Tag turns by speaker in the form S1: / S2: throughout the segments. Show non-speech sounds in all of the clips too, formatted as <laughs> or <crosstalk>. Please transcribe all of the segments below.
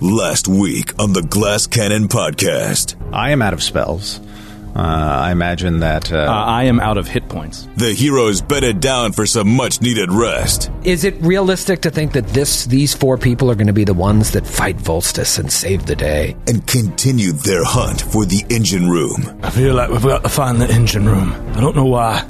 S1: Last week on the Glass Cannon podcast,
S2: I am out of spells. Uh, I imagine that. Uh,
S3: Uh, I am out of hit points.
S1: the heroes bedded down for some much needed rest.
S4: Is it realistic to think that this these four people are going to be the ones that fight Volstis and save the day?
S1: and continued their hunt for the engine room.
S5: I feel like we've got to find the engine room. I don't know why,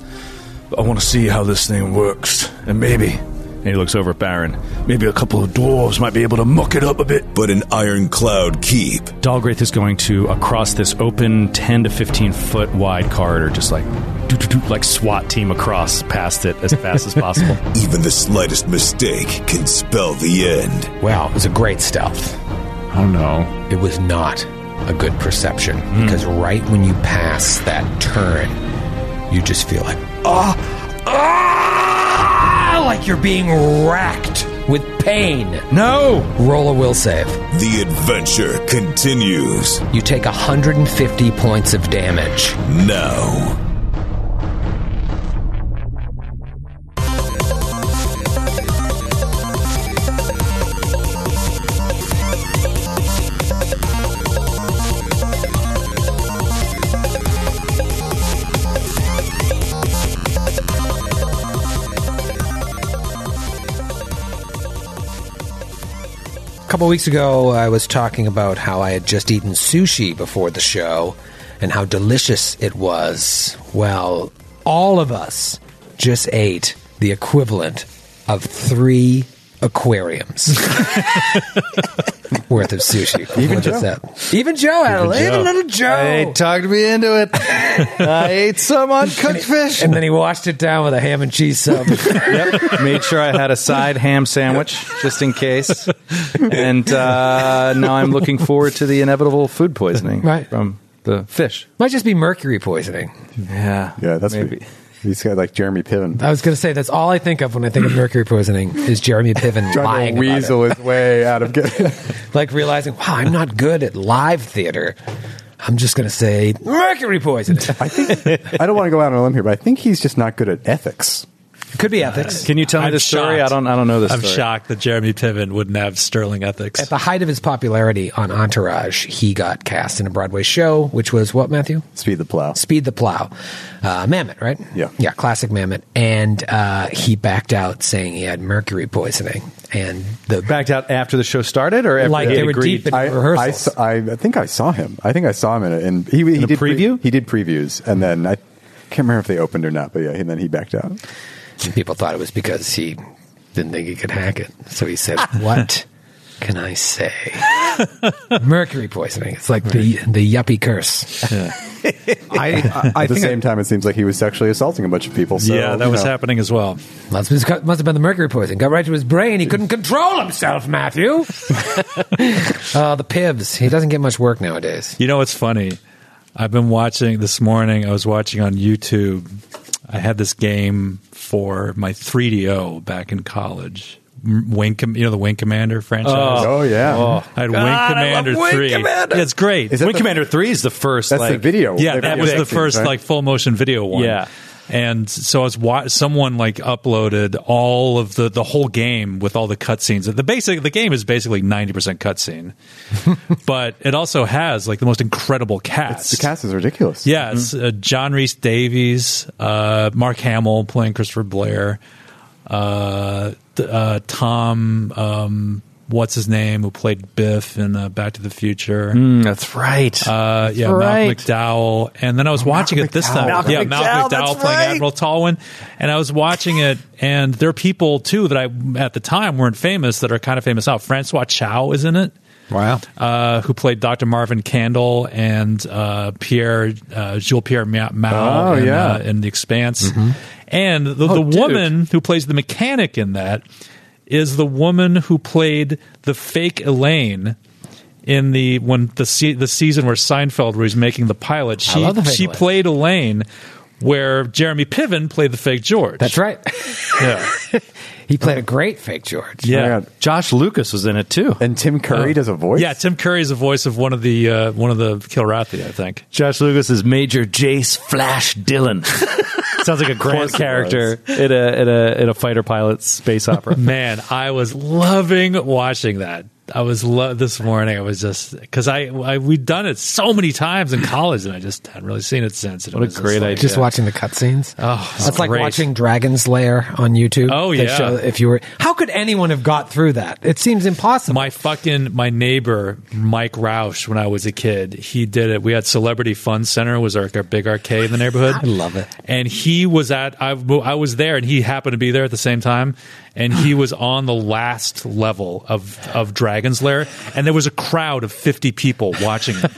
S5: but I want to see how this thing works. And maybe, and he looks over at Baron, maybe a couple of dwarves might be able to muck it up a bit.
S1: But an ironclad keep
S3: Dalgraith is going to across this open 10 to 15 foot wide corridor, just like doo doo doo, like SWAT team across past it as fast as possible.
S1: even the slightest mistake can spell the end.
S4: Wow, it was a great stealth.
S2: oh no.
S4: It was not a good perception because right when you pass that turn, you just feel like ah, ah, like you're being racked with pain.
S3: No!
S4: Roll a will save.
S1: The adventure continues
S4: You take 150 points of damage.
S1: now.
S4: A couple weeks ago, I was talking about how I had just eaten sushi before the show and how delicious it was. Well, all of us just ate the equivalent of three aquariums worth of sushi. <laughs> Even Joe. Even Joe had a little, little Joe.
S2: They talked me into
S5: <laughs>
S2: it. I ate some uncooked fish.
S4: and then he washed it down with a ham and cheese sub.
S2: Yep. Made sure I had a side ham sandwich just in case. And uh, now I'm looking forward to the inevitable food poisoning
S4: Right.
S2: from the fish.
S4: <laughs> Might just be mercury poisoning.
S2: Yeah.
S6: Yeah, that's
S2: maybe.
S6: what- These guys like Jeremy Piven.
S4: I was going to say that's all I think of when I think of mercury poisoning is Jeremy Piven
S6: Trying
S4: lying
S6: to
S4: about it.
S6: weasel his way out of getting.
S4: like realizing, wow, I'm not good at live theater. I'm just going to say mercury <laughs> poisoning.
S6: I don't want to go out on a limb here, but I think he's just not good at ethics.
S4: Could be ethics.
S3: Can you tell me
S7: I'm
S3: the story?
S7: shocked.
S3: I don't I don't know this
S7: I'm
S3: story.
S7: shocked that Jeremy Piven wouldn't have sterling ethics.
S4: At the height of his popularity on Entourage, he got cast in a Broadway show, which was what, Matthew?
S6: Speed the plow.
S4: Speed the Plow. Uh, Mammoth, right?
S6: Yeah.
S4: Yeah, classic Mammoth. And uh, he backed out saying he had mercury poisoning. And the <laughs>
S2: Backed out after the show started or after
S4: Like
S2: he
S4: they were
S2: agreed?
S4: deep in-
S6: I, I,
S4: rehearsals.
S6: saw- I, I think I saw him. I think I saw him in it. And he, he
S2: a
S6: did pre-
S2: preview?
S6: he did previews, and then I can't remember if they opened or not. But yeah, and then he backed out.
S4: people thought it was because he didn't think he could hack it. So he <laughs> said, "What can I say? <laughs> Mercury poisoning. It's like the the yuppie curse."
S2: I, I, I
S6: <laughs> At the
S2: think I-
S6: same time, it seems like he was sexually assaulting a bunch of people. So,
S7: yeah, that
S6: you
S7: was
S6: know.
S7: happening as well.
S4: Must have been, must have been the mercury poisoning. Got right to his brain. He couldn't control himself. <laughs> Matthew. uh, the pibs. He doesn't get much work nowadays.
S7: You know what's funny? I've been watching this morning. I was watching on YouTube. I had this game for my 3DO back in college. M- Wing, Com- you know the Wing Commander franchise.
S6: Oh yeah,
S7: I had Wing Commander three. Yeah, it's great.
S6: Is that
S2: Wing
S6: the-
S2: Commander 3 is the first.
S6: that's
S2: like,
S6: the video.
S7: yeah,
S6: They've
S7: that
S6: been
S7: was the
S6: acting,
S7: first
S6: right?
S7: like full motion video one.
S3: Yeah.
S7: And so I was wa- someone like uploaded all of the the whole game with all the cutscenes. The basic the game is basically ninety percent cutscene,
S6: <laughs>
S7: but it also has like the most incredible cast.
S6: the cast Mm-hmm. is ridiculous.
S7: Yeah, it's uh, John Reese Davies, uh, Mark Hamill playing Christopher Blair, uh, th- uh, Tom, um, what's his name, who played Biff in uh, Back to the Future.
S2: That's right.
S7: Uh, yeah, Malcolm McDowell. And then I was watching it this time.
S2: Malcolm
S7: yeah,
S2: McDowell,
S7: Malcolm McDowell
S2: that's
S7: playing
S2: right.
S7: Admiral Tallwin. And I was watching it, and there are people too that I at the time weren't famous that are kind of famous now. Francois Chow is in it.
S2: wow.
S7: Uh, who played Dr. Marvin Candle and uh, Pierre uh, Jules Pierre Ma-
S6: Oh,
S7: Mao in,
S6: yeah.
S7: uh, in The Expanse,
S4: Mm-hmm.
S7: and the,
S4: Oh,
S7: the
S2: dude.
S7: woman who plays the mechanic in that is the woman who played the fake Elaine in the when the se- the season where Seinfeld was making the pilot. She
S4: love the fake
S7: she
S4: Elaine.
S7: played Elaine. Where Jeremy Piven played the fake George.
S4: That's <laughs> right.
S7: Yeah.
S4: He played a great fake George.
S6: Oh my
S7: yeah.
S6: God.
S2: Josh Lucas was in it too.
S6: And Tim Curry does a voice.
S7: Yeah, Tim Curry is the voice of one of the uh, one of the Kilrathi, I think.
S2: Josh Lucas is Major Jace Flash Dillon.
S3: <laughs>
S2: Sounds like a grand
S6: it
S2: character in a, in a in a fighter pilot's space opera.
S7: Man, I was loving watching that. I was lo- this morning. I was just because I, I we'd done it so many times in college, and I just hadn't really seen it since. What
S3: a great idea.
S4: Just watching the cutscenes.
S7: Oh, it's
S4: that's like
S7: great.
S4: watching Dragon's Lair on YouTube.
S7: Oh,
S4: They
S7: yeah.
S4: show if you were, how could anyone have got through that? It seems impossible.
S7: My fucking my neighbor Mike Roush when I was a kid, he did it. We had Celebrity Fun Center was our, our big arcade in the neighborhood. I
S4: love it.
S7: And he was at I, I was there, and he happened to be there at the same time. And he was on the last level of of Dragon's Lair, and there was a crowd of fifty people watching him.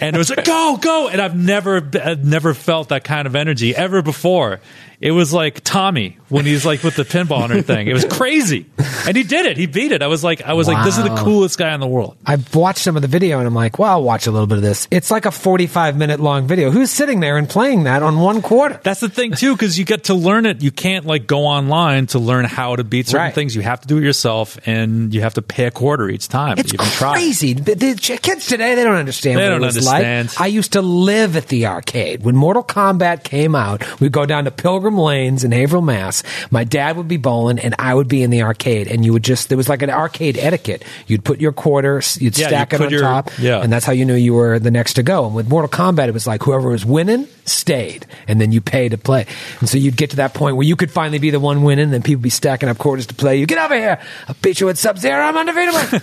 S7: and it was like go go, and I've never I've never felt that kind of energy ever before. It was like Tommy when he's like with the pinball and everything. It was crazy, and he did it. He beat it. I was like, I was like, this is the
S4: Wow.
S7: coolest guy in the world.
S4: I've watched some of the video and I'm like, well, I'll watch a little bit of this. It's like a 45 minute long video. Who's sitting there and playing that on one quarter?
S7: That's the thing too, because you get to learn it. You can't like go online to learn how to beat certain
S4: Right.
S7: things. You have to do it yourself, and you have to pay a quarter each time.
S4: It's
S7: to even try.
S4: crazy. The, the ch- kids today, they don't understand
S7: They
S4: what
S7: don't
S4: it was
S7: understand.
S4: like. I used to live at the arcade. When Mortal Kombat came out, we'd go down to Pilgrim Lanes in Haverhill, Mass. My dad would be bowling and I would be in the arcade. And you would just, there was like an arcade etiquette. You'd put your quarter, s- you'd
S7: Yeah,
S4: stack
S7: you
S4: it
S7: put
S4: on
S7: your-
S4: top.
S7: yeah.
S4: And that's how you knew you were the next to go. And with Mortal Kombat, it was like whoever was winning stayed. And then you pay to play. And so you'd get to that point where you could finally be the one winning. And then people would be stacking up quarters to play. You get over here. I'll beat you with Sub Zero. I'm
S7: <laughs>
S4: undefeatable.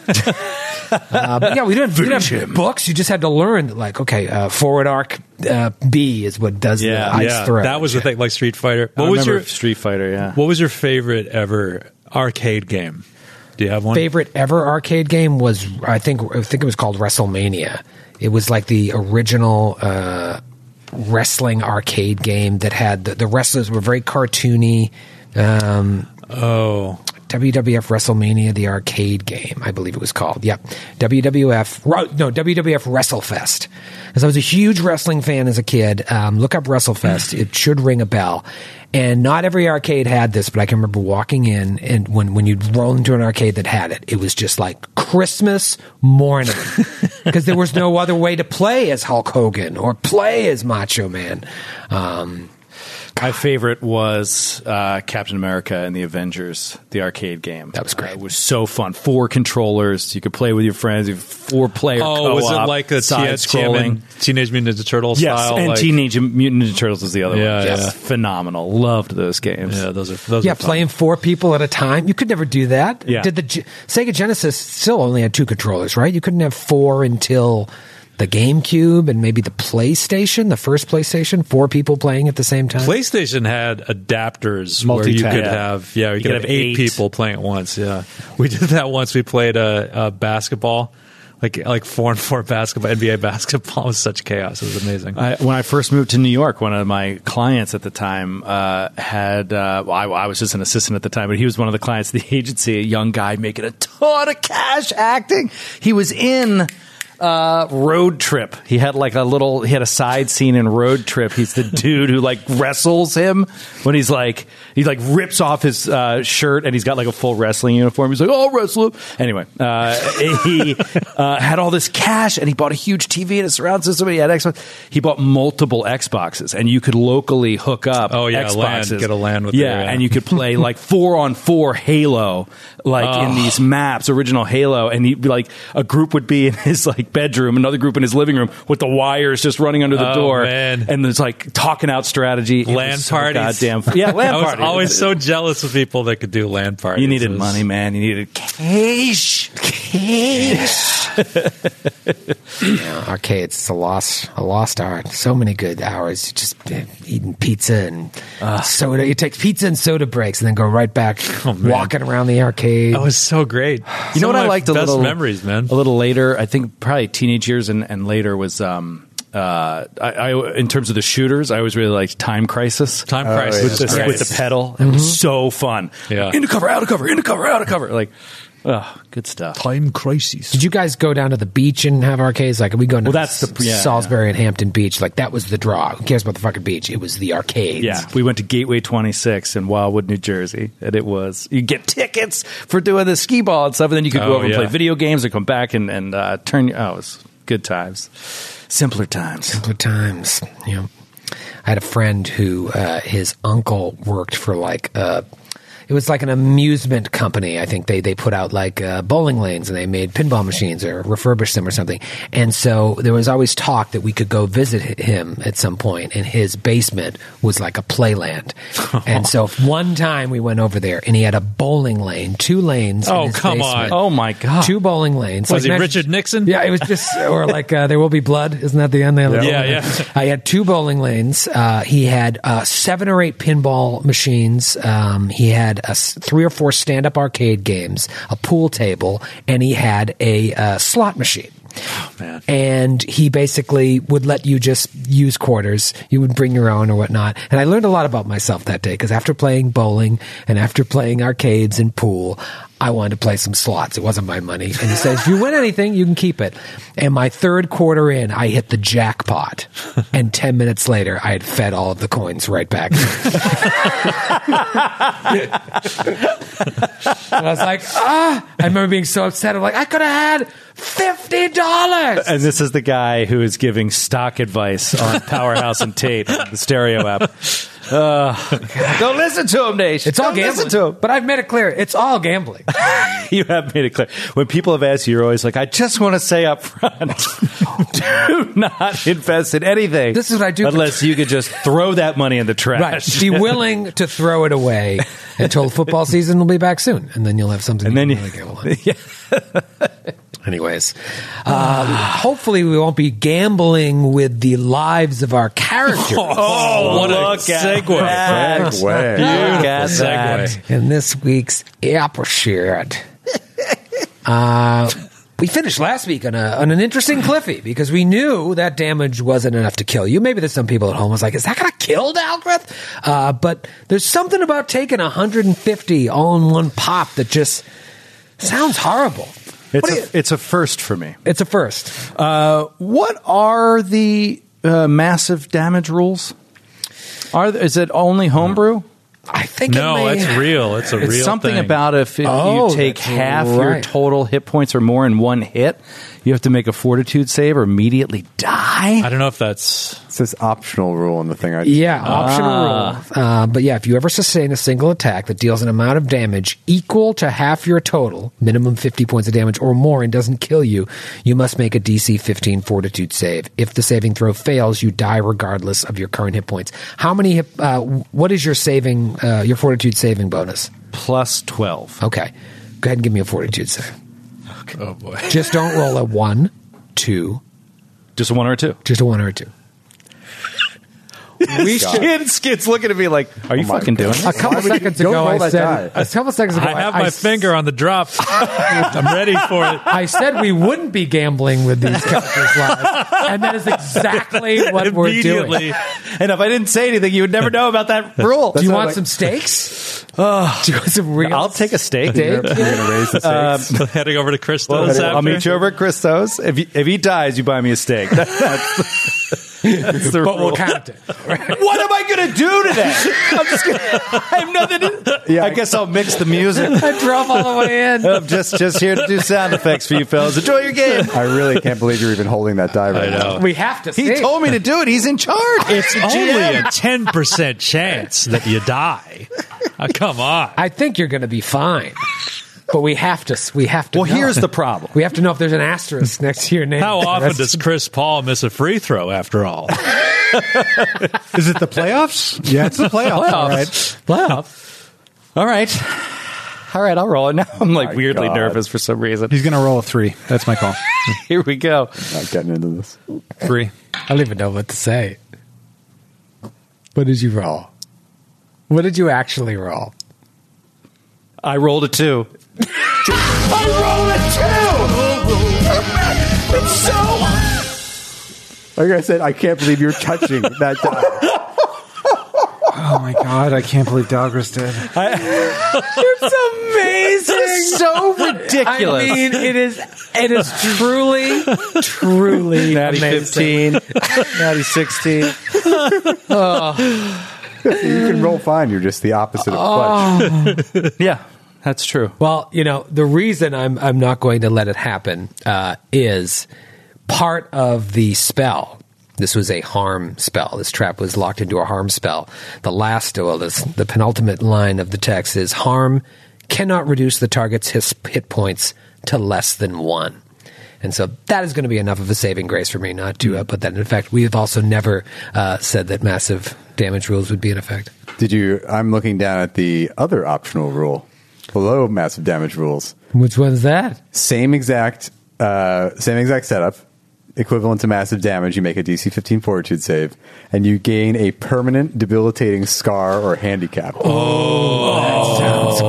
S4: Uh, but yeah, we didn't, we didn't have books. You just had to learn that, like, okay, uh, forward arc uh, B is what does the ice throw.
S7: that was the thing. Like Street Fighter. What
S3: I
S7: was
S3: remember
S7: your
S3: Street
S7: <laughs>
S3: Fighter? Yeah.
S7: What was your favorite ever arcade game? Do you have one?
S4: favorite ever arcade game was I think I think it was called WrestleMania. It was like the original uh, wrestling arcade game that had the, the wrestlers were very cartoony. Um,
S7: Oh,
S4: WWF WrestleMania, the arcade game, I believe it was called. Yep. WWF, ro- no, WWF WrestleFest. Because I was a huge wrestling fan as a kid. Um, look up WrestleFest. it should ring a bell. And not every arcade had this, but I can remember walking in and when, when you'd roll into an arcade that had it, it was just like Christmas morning. Because there was no other way to play as Hulk Hogan or play as Macho Man. Um,
S3: My favorite was uh, Captain America and the Avengers, the arcade game. That
S4: was great.
S3: it was so fun. Four controllers. You could play with your friends. You four player.
S7: oh, was it like a
S3: side scrolling?
S7: Teenage Mutant Ninja Turtles
S3: Yes,
S7: style?
S3: and
S7: like-
S3: Teenage Mutant Ninja Turtles was the other
S7: Yeah,
S3: one.
S7: yeah.
S3: Just phenomenal. Loved those games.
S7: Yeah, those are those.
S4: Yeah,
S7: are fun.
S4: playing four people at a time. You could never do that.
S3: Yeah.
S4: Did the G- Sega Genesis still only had two controllers, right? You couldn't have four until the GameCube and maybe the PlayStation, the first PlayStation, four people playing at the same time.
S7: PlayStation had adapters where you
S3: Multitap.
S7: could have yeah you, could have eight,
S3: eight.
S7: people playing at once. Yeah, we did that once. We played a, a basketball. Like like four and four basketball NBA basketball <laughs> It was such chaos. It was amazing.
S3: I, when I first moved to New York, one of my clients at the time uh, had, uh, well, I, I was just an assistant at the time, but he was one of the clients of the <laughs> agency, a young guy making a ton of cash acting. He was in. Uh, road trip. He had like a little. He had a side scene in Road Trip. He's the <laughs> dude who like wrestles him when he's like he like rips off his uh, shirt and he's got like a full wrestling uniform. He's like, "Oh, wrestle!" Anyway, uh, <laughs> he uh, had all this cash and he bought a huge TV and a surround system. And he had Xbox. He bought multiple Xboxes and you could locally hook up.
S7: Oh, yeah, LAN.
S3: Xboxes.
S7: Get a LAN with uh, it,
S3: yeah,
S7: yeah.
S3: and you
S7: <laughs>
S3: could play like four on four Halo, like in these maps, original Halo, and he'd be like a group would be in <laughs> his like bedroom, another group in his living room with the wires just running under the
S7: Oh,
S3: door,
S7: man.
S3: and it's like talking out strategy. It was
S7: land
S3: so
S7: parties, <laughs>
S3: goddamn, yeah, land
S7: I was
S3: parties.
S7: always so jealous of people that could do land parties.
S3: You needed
S7: It was-
S3: money, man. You needed cash.
S4: Yeah, arcades, it's a lost, a lost art. So many good hours. You just eh, eating pizza and soda. You take pizza and soda breaks and then go right back
S7: man.
S4: walking around the arcade.
S3: Oh,
S7: That was so <sighs> great.
S3: You
S7: Some
S3: know what
S7: of
S3: I
S7: my
S3: liked a
S7: best
S3: little
S7: memories, man.
S3: A little later, I think probably teenage years and, and later was um uh I, I in terms of the shooters, I always really liked Time Crisis.
S7: Time Crisis
S3: with,
S7: is
S3: the,
S7: great. Mm-hmm.
S3: with the pedal, it was so fun.
S7: Yeah.
S3: into cover, out of cover, into cover, out of cover. Like, oh, good stuff.
S7: Time crises.
S4: Did you guys go down to the beach and have arcades? Like we go to
S3: Well, that's the- yeah,
S4: Salisbury and Hampton Beach. Like that was the draw. Who cares about the fucking beach? It was the arcades.
S3: Yeah, we went to Gateway 26 in Wildwood, New Jersey, and it was you get tickets for doing the skee ball and stuff, and then you could
S7: Oh,
S3: go over and
S7: yeah.
S3: play video games and come back and and uh, turn. Oh, it was good times, simpler times.
S4: Simpler times. Yeah. I had a friend who uh, his uncle worked for like uh, it was like an amusement company. I think they they put out like uh, bowling lanes and they made pinball machines or refurbished them or something. And so there was always talk that we could go visit hi- him at some point, and his basement was like a
S7: <laughs>
S4: playland. and so one time we went over there, and he had a bowling lane, two lanes. in
S7: Oh,
S4: his
S7: come on.
S4: basement.
S3: Oh my god!
S4: Two bowling lanes.
S7: Was he
S4: imagine-
S7: Richard Nixon?
S4: Yeah, it was just or like uh, there will be blood. Isn't that the end? They have a
S7: Yeah,
S4: bowling
S7: yeah.
S4: lane. I had two bowling lanes. Uh, he had uh, seven or eight pinball machines. Um, he had a s three or four stand-up arcade games, a pool table, and he had a uh, slot machine.
S7: man.
S4: And he basically would let you just use quarters. You would bring your own or whatnot. And I learned a lot about myself that day because after playing bowling and after playing arcades and pool, I wanted to play some slots. It wasn't my money. And he says, if you win anything, you can keep it. And my third quarter in, I hit the jackpot. And 10 minutes later, I had fed all of the coins right back. <laughs> and I was like, ah, I remember being so upset. I'm like, I could have had $50.
S3: And this is the guy who is giving stock advice on Powerhouse and Tate, the stereo app. Uh, don't listen to him, Nation.
S4: It's all
S3: Don't
S4: gambling.
S3: Listen to him.
S4: But I've made it clear it's all gambling.
S3: <laughs> you have made it clear. When people have asked you, you're always like, I just want to say up front, <laughs> do not invest in anything.
S4: This is what I do.
S3: Unless you could just throw that money in the trash. <laughs>
S4: right. Be willing to throw it away until football season will be back soon, and then you'll have something.
S3: And
S4: you
S3: then
S4: can
S3: you-
S4: really
S3: <laughs>
S4: gamble on. Anyways, um, hopefully we won't be gambling with the lives of our characters
S3: <laughs>
S7: Oh, what a
S3: Look at
S7: segue.
S3: that.
S6: Segue.
S3: Look at
S7: Beautiful
S3: that.
S7: segue.
S4: in this week's apple shirt. Uh, we finished last week on, a, on an interesting cliffy because we knew that damage wasn't enough to kill you. Maybe there's some people at home was like, is that going to kill Dalgrith? Uh, but there's something about taking 150 all in one pop that just sounds horrible. What do you-
S3: It's a, it's a first for me.
S4: it's a first.
S3: Uh, what are the uh, massive damage rules? Are th- is it only homebrew?
S4: I think it
S7: No,
S4: may-
S7: it's real. It's a
S3: It's
S7: real
S3: something
S7: thing.
S3: about if it,
S4: Oh,
S3: you take
S4: that's
S3: half your
S4: right.
S3: total hit points or more in one hit, you have to make a fortitude save or immediately die.
S7: I don't know if that's
S6: It's this optional rule in the thing. I,
S4: Yeah, optional
S7: Ah.
S4: rule. Uh, but yeah, if you ever sustain a single attack that deals an amount of damage equal to half your total, minimum 50 points of damage or more, and doesn't kill you, you must make a DC 15 fortitude save. If the saving throw fails, you die regardless of your current hit points. How many hit, uh, what is your saving, uh, your fortitude saving bonus?
S3: Plus twelve.
S4: Okay. Go ahead and give me a fortitude save. Oh, boy. <laughs> Just don't roll a one, two,
S3: Just one or two.
S4: just a one or a two.
S3: <laughs> We Skid's, Skid's looking at me like, "Are you fucking doing
S4: A
S3: it?"
S4: couple
S6: would you-
S4: seconds
S6: don't
S4: ago,
S6: roll
S4: I
S6: that
S4: said.
S6: die.
S4: A couple seconds ago,
S7: I have my
S4: I
S7: finger on the
S3: <laughs>
S7: drop. I'm ready for it.
S4: I said we wouldn't be gambling with these characters' lives, and that is
S3: <laughs>
S4: exactly what we're doing.
S7: Immediately.
S3: And if I didn't say anything, you would never know about
S4: <laughs>
S3: that rule.
S4: Do you
S6: not
S4: want
S6: like-
S4: some
S3: <sighs>
S4: steaks? Do you want some real?
S3: Uh, I'll take a steak.
S4: steak?
S6: You're going to raise the stakes.
S7: <laughs> Heading over to Christos
S3: Well,
S7: after.
S3: I'll meet you over at Christos. If he, if he dies, you buy me a steak. <laughs> That's, that's the
S4: But
S3: rule.
S4: we'll count it.
S3: What am I going to do today? <laughs> I'm just gonna, I have nothing to
S6: Yeah.
S3: I guess I'll mix the music.
S4: I drove all the way in.
S3: <laughs> I'm just, just here to do sound effects for you fellas. Enjoy your game.
S6: I really can't believe you're even holding that die right now.
S4: We have to.
S3: He
S4: save.
S3: told me to do it. He's in charge.
S7: It's only a ten percent chance that you die. Oh, come on.
S4: I think you're going to be fine, but we have to. We have to.
S3: Well,
S4: know.
S3: here's the problem.
S4: We have to know if there's an asterisk next to your name.
S7: How often
S4: That's- <laughs>
S7: does Chris Paul miss a free throw after all?
S8: Is it the playoffs? Yeah, it's the playoffs. All right.
S3: All right. All right, I'll roll it now. I'm like weirdly
S6: God.
S3: nervous for some reason.
S8: He's going to roll a three. That's my call.
S3: <laughs> Here we go.
S6: Not getting into this.
S8: Three.
S4: I don't even know what to say. What did you roll? What did you actually roll?
S3: I rolled a two.
S9: I roll a two! It's so.
S6: Like I said, I can't believe you're touching that die.
S8: Oh my god! I can't believe Dogris did.
S4: It's amazing.
S3: So ridiculous.
S4: I mean, it is it is truly, truly
S3: Natty
S4: amazing.
S3: 15, <laughs> Natty 16.
S6: you can roll fine. You're just the opposite of clutch.
S3: Yeah, that's true.
S4: Well, you know, the reason I'm I'm not going to let it happen uh, is part of the spell This was a harm spell. This trap was locked into a harm spell. The last, well, this, the penultimate line of the text is harm cannot reduce the target's his hit points to less than one. And so that is going to be enough of a saving grace for me not to uh, put that in effect. We have also never uh, said that massive damage rules would be in effect.
S6: Did you? I'm looking down at the other optional rule below massive damage rules.
S4: Which one's that?
S6: Same exact, uh, same exact setup, equivalent to massive damage. You make a DC 15 Fortitude save, and you gain a permanent debilitating scar or handicap.
S3: No.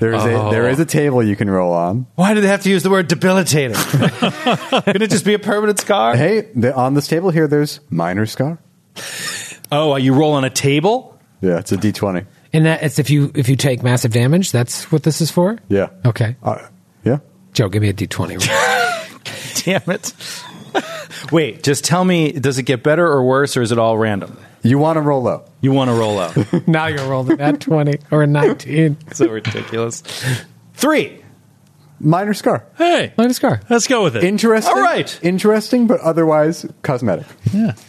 S6: there is a there is a table you can roll on.
S2: Why do they have to use the word <laughs> debilitating? Can it just be a permanent scar?
S6: Hey, the, on this table here, there's minor scar.
S2: Oh, are you rolling a table?
S6: Yeah, it's a D20.
S4: And that it's if you if you take massive damage, that's what this is for.
S6: Yeah.
S4: Okay,
S6: Uh, yeah.
S4: Joe, give me a d <laughs> twenty.
S2: <laughs> Damn it. Wait, just tell me, does it get better or worse, or is it all random?
S6: You want to roll low.
S2: You want to roll <laughs> out.
S4: now you're rolling that twenty or a nineteen.
S2: so ridiculous. Three.
S6: Minor scar.
S7: Hey,
S4: Light a scar.
S7: let's go with it.
S6: Interesting.
S2: All right.
S6: Interesting, but otherwise cosmetic.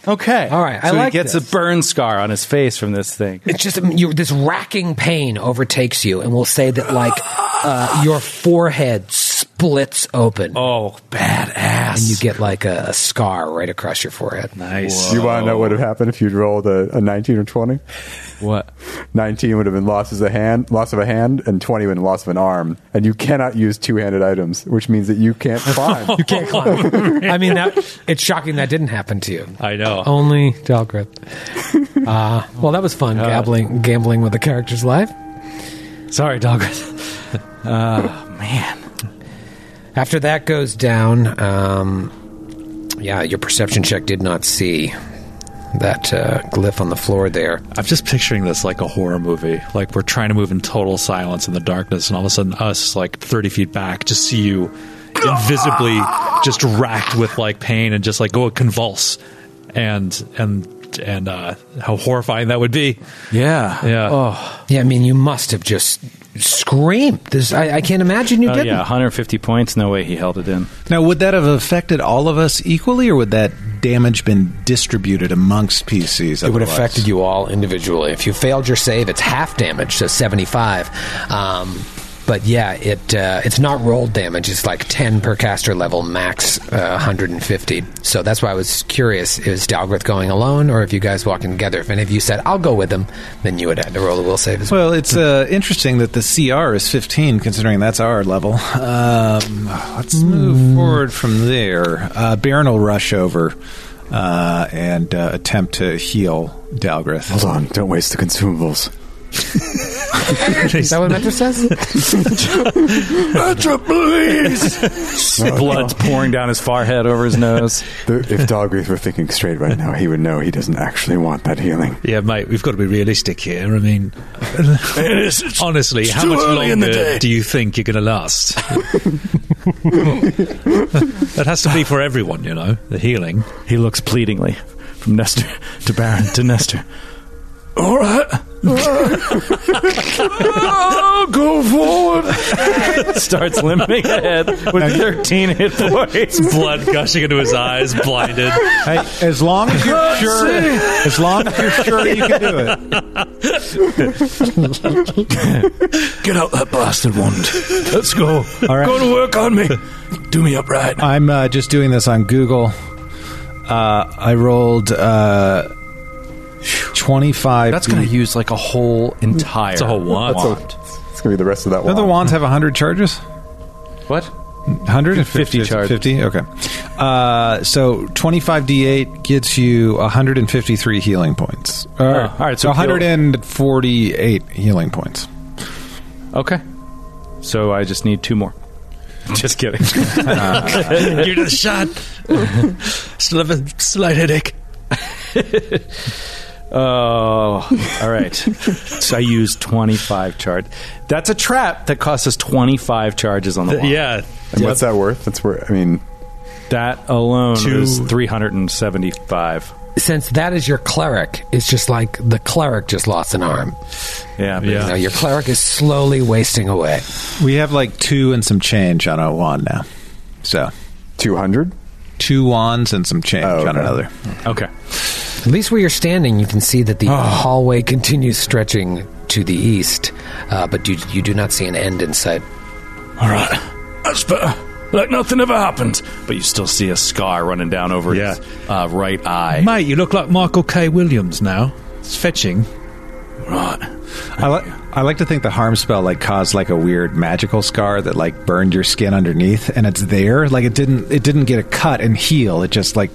S2: Okay.
S4: All right,
S2: So
S4: I
S2: he
S4: like
S2: gets
S4: this.
S2: a burn scar on his face from this thing.
S4: It's just um, you this racking pain overtakes you, and we'll say that like uh, your forehead splits open,
S7: oh, badass.
S4: and you get like a, a scar right across your forehead.
S7: nice.
S6: You want to know what would have happened if you'd rolled a, a 19 or 20?
S7: what?
S6: 19 would have been loss of a hand, loss of a hand, and 20 would have been loss of an arm. And you cannot use two-handed items, which means that you can't climb.
S4: You can't climb. <laughs> I mean, that, it's shocking that didn't happen to you.
S7: I know.
S4: Only Dalgrith. Uh, well, that was fun gambling, gambling with a character's life.
S2: <laughs>
S7: Sorry, Doggers.
S2: Oh,
S4: After that goes down, um, yeah, your perception check did not see that uh, glyph on the floor there.
S7: I'm just picturing this like a horror movie. Like we're trying to move in total silence in the darkness, and all of a sudden, us like 30 feet back, just see you invisibly, just racked with like pain, and just like go convulse, and and and uh, how horrifying that would be.
S3: Yeah.
S7: Yeah.
S4: Oh,
S2: Oh.
S4: Yeah, I mean, you must have just screamed. This, I, I can't imagine you
S2: Oh,
S4: didn't.
S2: yeah, 150 points. No way he held it in. <laughs>
S10: Now, would that have affected all of us equally, or would that damage been distributed amongst PCs?
S4: It would have affected you all individually. If you failed your save, it's half damage, so 75. Um, but yeah, it uh, it's not rolled damage. It's like 10 per caster level, max uh, 150. So that's why I was curious is Dalgrith going alone, or if you guys walking together? If any of you said, I'll go with him, then you would have to roll a will save as well.
S10: Well, it's uh, interesting that the CR is 15, considering that's our level. Um, let's
S4: Hmm.
S10: move forward from there. Uh, Baron will rush over uh, and uh, attempt to heal Dalgrith.
S6: Hold on, don't waste the consumables.
S4: Is that what Mentor says?
S2: Blood's pouring down his forehead over his nose.
S6: There- if Dogreath were thinking straight right now, he would know he doesn't actually want that healing.
S7: Yeah, mate, we've got to be realistic here. I <laughs> mean, honestly, how much longer do you think you're going to last? <laughs> that has to be for everyone, you know, the healing.
S3: He looks pleadingly from Nestor <laughs> to Baron to Nestor.
S5: All
S3: <laughs>
S5: right. I'll go forward.
S3: <laughs>
S2: Starts limping ahead with 13 hit points.
S7: Blood gushing into his eyes, blinded.
S10: Hey, as long <laughs> as you're sure, as long as you're sure you can do it.
S5: Get out that bastard wand. Let's go.
S10: All right.
S5: Go to work on me. Do me upright.
S10: I'm uh, just doing this on Google. Uh, I rolled uh, 25.
S3: That's going to
S10: beat-
S3: use like a whole entire.
S7: It's a whole wand.
S6: It's going to be the rest of that
S10: Don't the
S6: wand.
S10: wands have 100 charges?
S3: What?
S10: 150
S3: charge.
S10: 50? Okay. Uh, so 25d8 gets you 153 healing points. Or,
S3: Oh, all right, so
S10: 148 healing points.
S3: Okay. So I just need two more. Just
S7: <laughs>
S3: kidding.
S7: Give it a shot. Still have a slight headache.
S3: Oh, all <laughs> right. so I used 25 charge. That's a trap that costs us 25 charges on the wand.
S7: Yeah.
S6: And what's that worth? That's where, I mean,
S3: That alone
S7: Two-
S3: is 375.
S4: <laughs> Since that is your cleric, it's just like the cleric just lost an arm.
S3: Yeah. but-
S7: Yeah.
S4: You know, your cleric is slowly wasting away.
S10: We have like two and some change on a wand now. So
S6: 200?
S10: two wands and some change
S6: Oh,
S10: on
S6: okay.
S10: another.
S3: Okay.
S4: At least where you're standing, you can see that the hallway continues stretching to the east, uh, but you, you do not see an end in sight.
S3: All right. That's better. Like nothing ever happened. But you still see a scar running down over his uh, right eye.
S7: Mate, you look like Michael K. Williams now. It's fetching.
S3: right.
S10: I, li- I like to think the harm spell like caused like a weird magical scar that like burned your skin underneath, and it's there. Like it didn't it didn't get a cut and heal. It just like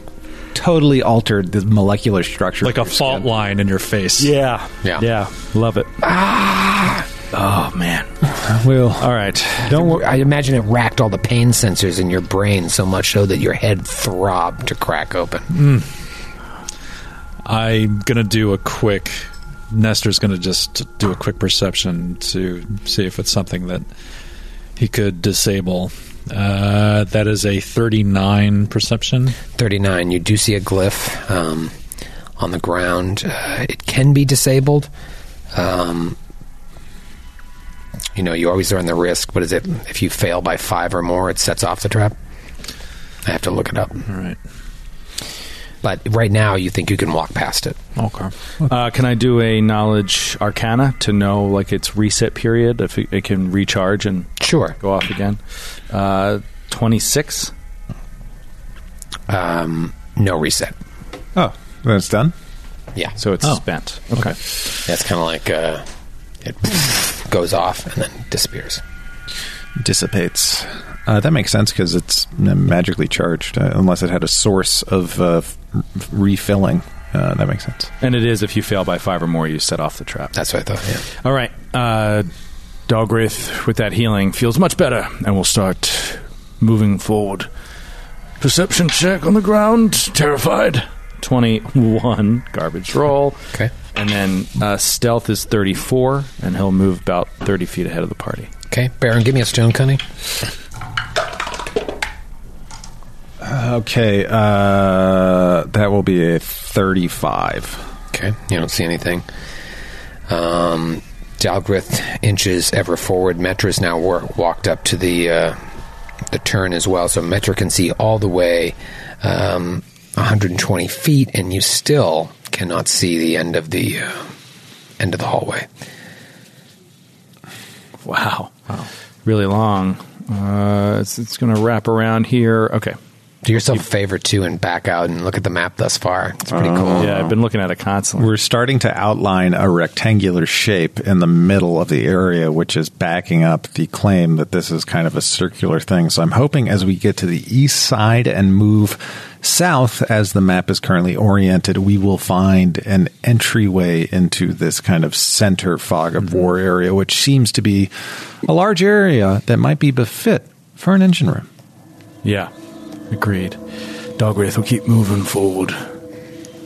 S10: totally altered the molecular structure,
S7: Like
S10: of
S7: a
S10: your
S7: fault
S10: skin.
S7: line in your face.
S3: Yeah.
S4: Yeah.
S3: Yeah. Love it. Oh, man.
S10: Well,
S3: All right.
S4: Don't worry. I imagine it racked all the pain sensors in your brain so much so that your head throbbed to crack open.
S7: I'm gonna do a quick. Nestor's gonna just do a quick perception to see if it's something that he could disable. Uh, that is a 39 perception.
S4: 39, you do see a glyph um, on the ground. Uh, it can be disabled. Um, you know, you always run the risk. What is it? If you fail by five or more, it sets off the trap. I have to look it up.
S7: All right.
S4: But right now, you think you can walk past it.
S7: Okay.
S3: Uh, can I do a knowledge arcana to know like its reset period if it, it can recharge and
S4: Sure.
S3: go off again? Uh, 26.
S4: Um, no reset.
S10: oh, then it's done.
S4: Yeah.
S3: So it's
S7: Oh.
S3: spent. Okay.
S4: That's kind of like uh, it <laughs> goes off and then disappears.
S10: dissipates. Uh, that makes sense because it's uh, magically charged, uh, unless it had a source of uh, f- refilling. Uh, that makes sense.
S3: And it is if you fail by five or more, you set off the trap.
S4: That's what I thought. Yeah.
S3: All right. Uh, Dogwraith, with that healing, feels much better, and we'll start moving forward. Perception check on the ground. Terrified. 21. Garbage roll.
S4: Okay.
S3: And then uh, stealth is 34, and he'll move about 30 feet ahead of the party.
S4: Okay. Baron, give me a stone cunning.
S10: Okay, uh, that will be a thirty-five.
S4: Okay, you don't see anything. Um, Dalgrith inches ever forward. Metra's now wor- walked up to the uh, the turn as well, so Metra can see all the way um, 120 feet, and you still cannot see the end of the uh, end of the hallway.
S3: Wow. Wow. Really long. Uh, it's it's going to wrap around here. Okay.
S4: Do yourself a favor too, and back out and look at the map thus far. It's pretty cool.
S3: Yeah, I've been looking at it constantly.
S10: We're starting to outline a rectangular shape in the middle of the area, which is backing up the claim that this is kind of a circular thing. So I'm hoping as we get to the east side and move south, as the map is currently oriented, we will find an entryway into this kind of center fog of war area, which seems to be a large area that might be befit for an engine room.
S3: Yeah. Agreed. Dogwraith will keep moving forward.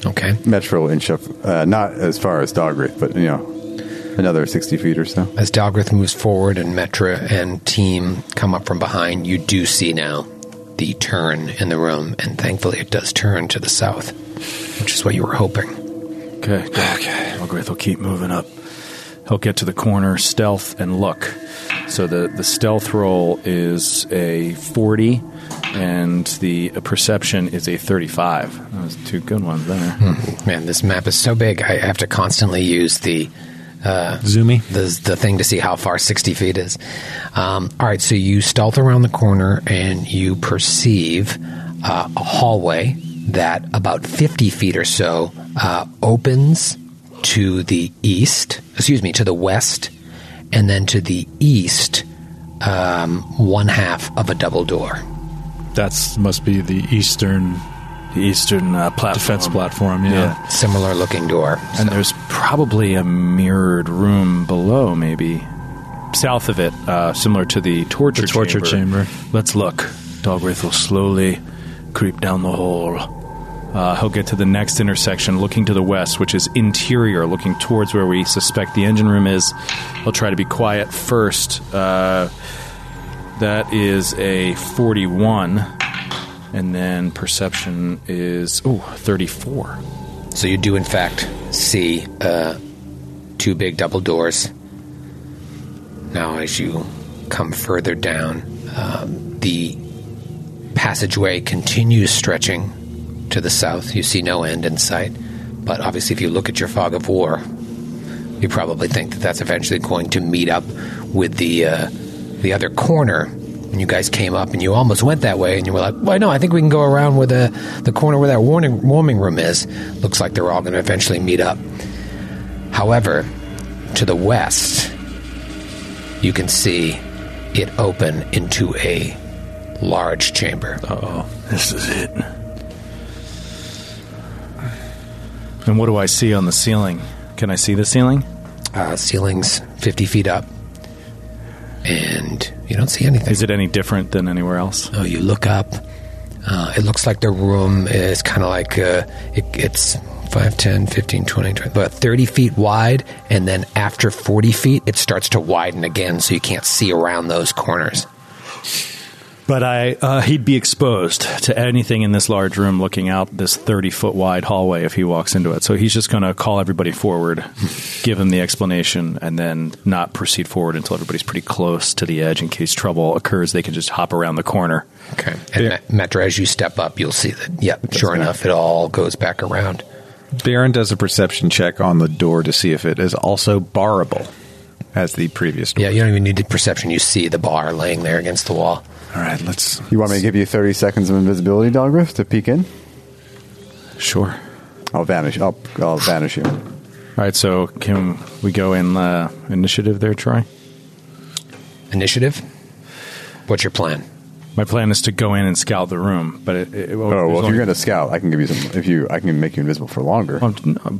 S4: Okay.
S6: Metro will inch up, uh, not as far as Dogwraith, but you know, another sixty feet or so.
S4: As Dalgrith moves forward and Metra and team come up from behind, you do see now the turn in the room, and thankfully it does turn to the south, which is what you were hoping.
S3: Okay. Okay. Elgrith will keep moving up. He'll get to the corner, stealth, and look. So the, the stealth roll is a 40, and the perception is a 35. That was two good ones there.
S4: Man, this map is so big, I have to constantly use the
S10: Zoomy.
S4: the, the thing to see how far 60 feet is. Um, all right, so you stealth around the corner and you perceive uh, a hallway that about 50 feet or so uh, opens to the east, excuse me, to the west, and then to the east, um, one half of a double door.
S7: That's must be the eastern
S3: The eastern uh, platform.
S7: defense platform. Yeah.
S4: Similar looking door.
S3: And there's probably a mirrored room below, maybe south of it, uh, similar to the torture
S7: The torture chamber.
S3: Let's look. Dogwraith will slowly creep down the hall. Uh, he'll get to the next intersection, looking to the west, which is interior, looking towards where we suspect the engine room is. He'll try to be quiet first. Uh, that is a 41. And then perception is, oh, 34.
S4: So you do, in fact, see uh, two big double doors. Now, as you come further down, um, the passageway continues stretching to the south. You see no end in sight, but obviously, if you look at your fog of war, you probably think that that's eventually going to meet up with the uh, the other corner. And you guys came up, and you almost went that way, and you were like, "Well, no, I think we can go around where the the corner where that warning, warming room is." Looks like they're all going to eventually meet up. However, to the west, you can see it open into a large chamber.
S3: This is it. And what do I see on the ceiling? Can I see the ceiling?
S4: Uh, ceilings 50 feet up, and you don't see anything.
S3: Is it any different than anywhere else?
S4: Oh, you look up. Uh, it looks like the room is kind of like uh, it, it's 5, 10, 15, 20, 20, about 30 feet wide. And then after 40 feet, it starts to widen again so you can't see around those corners.
S3: But I, uh, he'd be exposed to anything in this large room looking out this 30 foot wide hallway if he walks into it. So he's just going to call everybody forward, give him the explanation, and then not proceed forward until everybody's pretty close to the edge in case trouble occurs. They can just hop around the corner.
S4: Okay. And Ma- Metra, as you step up, you'll see that, yep, sure enough, it all goes back around.
S10: Baron does a perception check on the door to see if it is also barrable as the previous door.
S4: Yeah, you don't even need the perception. You see the bar laying there against the wall.
S10: All right, let's.
S6: You want me to give you 30 seconds of invisibility, Dogriff, to peek in?
S3: Sure.
S6: I'll vanish. I'll, I'll vanish you.
S3: All right, so can we go in uh, initiative there, Troy?
S4: Initiative? What's your plan?
S3: My plan is to go in and scout the room, but it, it,
S6: Oh, well, if you're going to scout, I can give you some. If you, I can make you invisible for longer.
S3: gonna.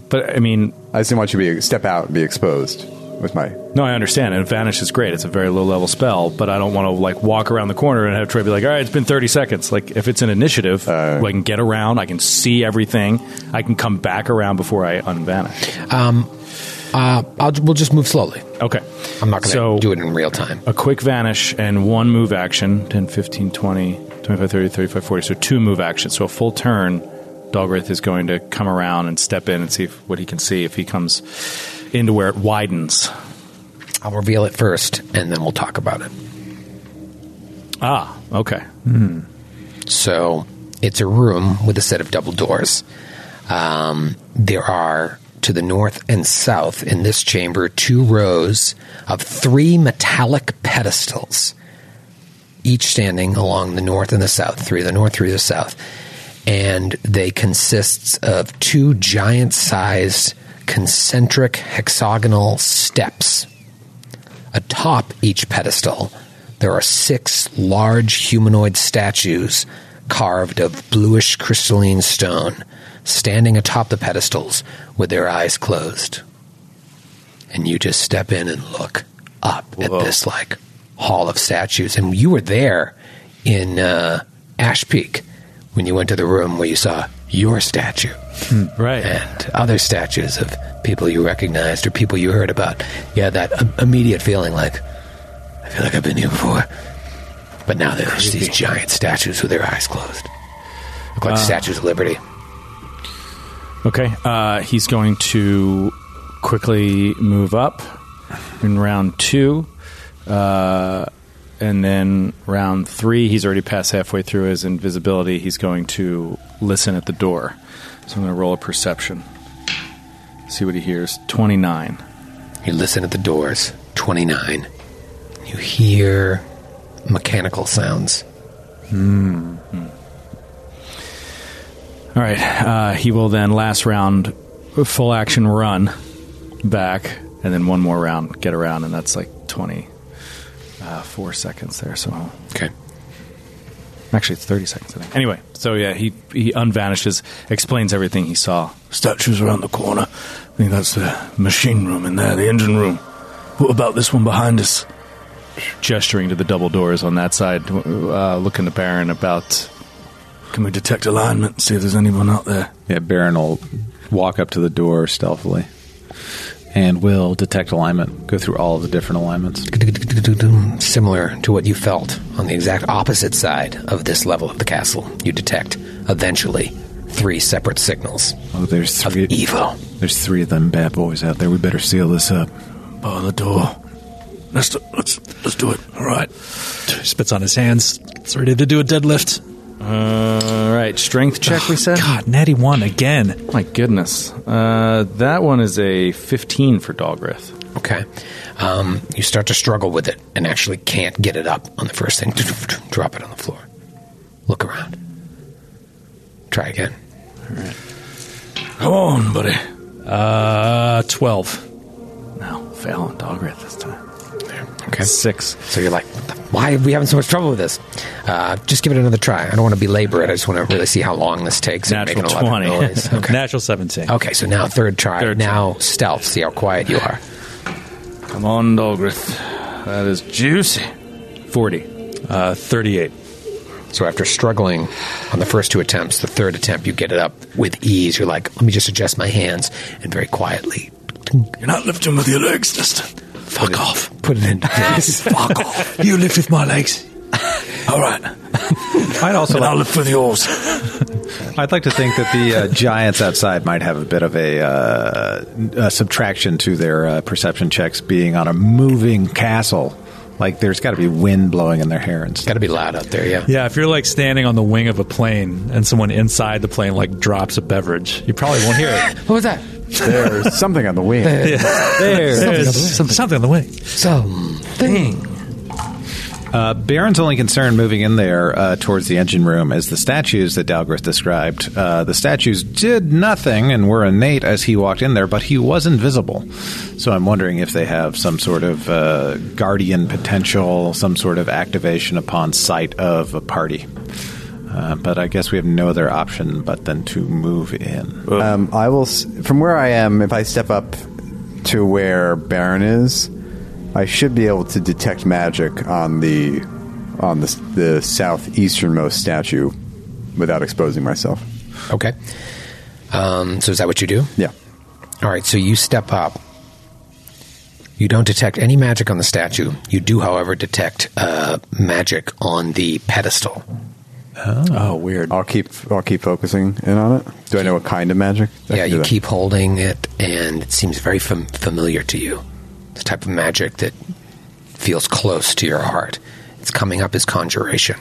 S3: But I mean,
S6: I just didn't want you to be, step out and be exposed with my.
S3: No, I understand. And vanish is great. It's a very low level spell, but I don't want to like walk around the corner and have Trey be like, "All right, it's been thirty seconds." Like if it's an initiative, I can get around. I can see everything. I can come back around before I unvanish.
S4: Uh, I'll, we'll just move slowly.
S3: Okay,
S4: I'm not going to
S3: So-
S4: do it in real time.
S3: a quick vanish and one move action 10 15 20 25 30 35 40 so two move actions so a full turn Dalgrith is going to come around and step in and see if, what he can see if he comes into where it widens
S4: I'll reveal it first, and then we'll talk about it.
S3: ah okay
S4: So it's a room with a set of double doors. Um, there are to the north and south in this chamber two rows of three metallic pedestals, each standing along the north and the south, three to the north, three to the south. And they consists of two giant sized concentric hexagonal steps Atop each pedestal, there are six large humanoid statues carved of bluish crystalline stone, standing atop the pedestals with their eyes closed. And you just step in and look up at this like hall of statues. And you were there in uh, Ash Peak when you went to the room where you saw your statue
S3: right
S4: and other statues of people you recognized or people you heard about. Yeah, that im- immediate feeling like, I feel like I've been here before. But now there's these giant statues with their eyes closed. Look like statues of liberty.
S3: okay uh, he's going to quickly move up in round two uh, and then round three he's already passed halfway through his invisibility he's going to listen at the door so i'm going to roll a perception see what he hears 29
S4: You listen at the doors, 29. You hear mechanical sounds.
S3: All right. Uh, he will then last round, full action run back, and then one more round get around, and that's like twenty uh, four seconds there. So
S4: Okay.
S3: actually, it's thirty seconds. I think. Anyway, so yeah, he he unvanishes, explains everything he saw.
S5: Statues around the corner. I think that's the machine room in there, the engine room. What about this one behind us?
S3: gesturing to the double doors on that side, uh, looking to Baron about.
S5: Can we detect alignment? See if there's anyone out there.
S10: Yeah, Baron will walk up to the door stealthily and will detect alignment, go through all of the different alignments.
S4: Similar to what you felt on the exact opposite side of this level of the castle, you detect eventually three separate signals
S10: Oh, there's
S4: of
S10: three.
S4: evil.
S10: There's three of them bad boys out there. We better seal this up.
S5: Bar the door. Let's do, let's let's do it. All right.
S7: Spits on his hands. It's ready to do a deadlift.
S2: All right, strength check. We said.
S7: God, Natty one again.
S2: My goodness, uh, that one is a fifteen for Dogrith.
S4: Okay. Um, you start to struggle with it and actually can't get it up on the first thing. Drop it on the floor. Look around. Try again.
S5: Come on, buddy.
S7: Uh, twelve.
S2: No, fail on Dogrith this time.
S4: Okay.
S2: Six.
S4: So you're like, "What the- why are we having so much trouble with this? Uh, just give it another try. I don't want to belabor it. I just want to really see how long this takes. and
S2: Natural
S4: making a lot of
S2: 20. <laughs>
S3: <laughs>
S4: noise. Okay.
S7: Natural seventeen.
S4: okay, so now third try.
S2: Third try.
S4: now stealth. See how quiet you are.
S2: Come on, Dogrith. That is juicy. Forty.
S7: Uh, Thirty-eight.
S4: So after struggling on the first two attempts, the third attempt you get it up with ease. You're like, let me just adjust my hands and very quietly
S5: You're not lifting with your legs this time.
S4: put it- Put it into <laughs> place.
S5: Fuck off. You lift with my legs. All
S7: <laughs>
S5: right.
S10: I'd also
S5: Then
S10: like,
S5: I'll lift with yours.
S10: I'd like to think that the uh, giants outside might have a bit of a, uh, a subtraction to their uh, perception checks being on a moving castle. Like there's got to be wind blowing in their hair and
S4: Got
S10: stuff.
S4: to be loud out there, yeah.
S7: Yeah, if you're like standing on the wing of a plane and someone inside the plane like drops a beverage, you probably won't
S4: <laughs>
S7: hear it.
S4: What was that?
S6: There's something on the wing.
S7: There's something, on the wing.
S4: Something.
S10: Uh, Baron's only concern moving in there uh, towards the engine room is the statues that Dalgrith described. Uh, the statues did nothing and were innate as he walked in there, but he was invisible. So I'm wondering if they have some sort of uh, guardian potential, some sort of activation upon sight of a party. Uh, but I guess we have no other option but then to move in.
S6: Um, I will, s- from where I am, if I step up to where Baron is, I should be able to detect magic on the on the, s- the southeasternmost statue without exposing myself.
S4: Okay. Um, so is that what you do?
S6: Yeah,
S4: All right, so you step up. You don't detect any magic on the statue. You do, however, detect uh, magic on the pedestal.
S6: I'll keep I'll keep focusing in on it. Do I know what kind of magic? I
S4: yeah,
S6: can do
S4: you
S6: that.
S4: keep holding it, and it seems very fam- familiar to you. The type of magic that feels close to your heart. It's coming up as conjuration.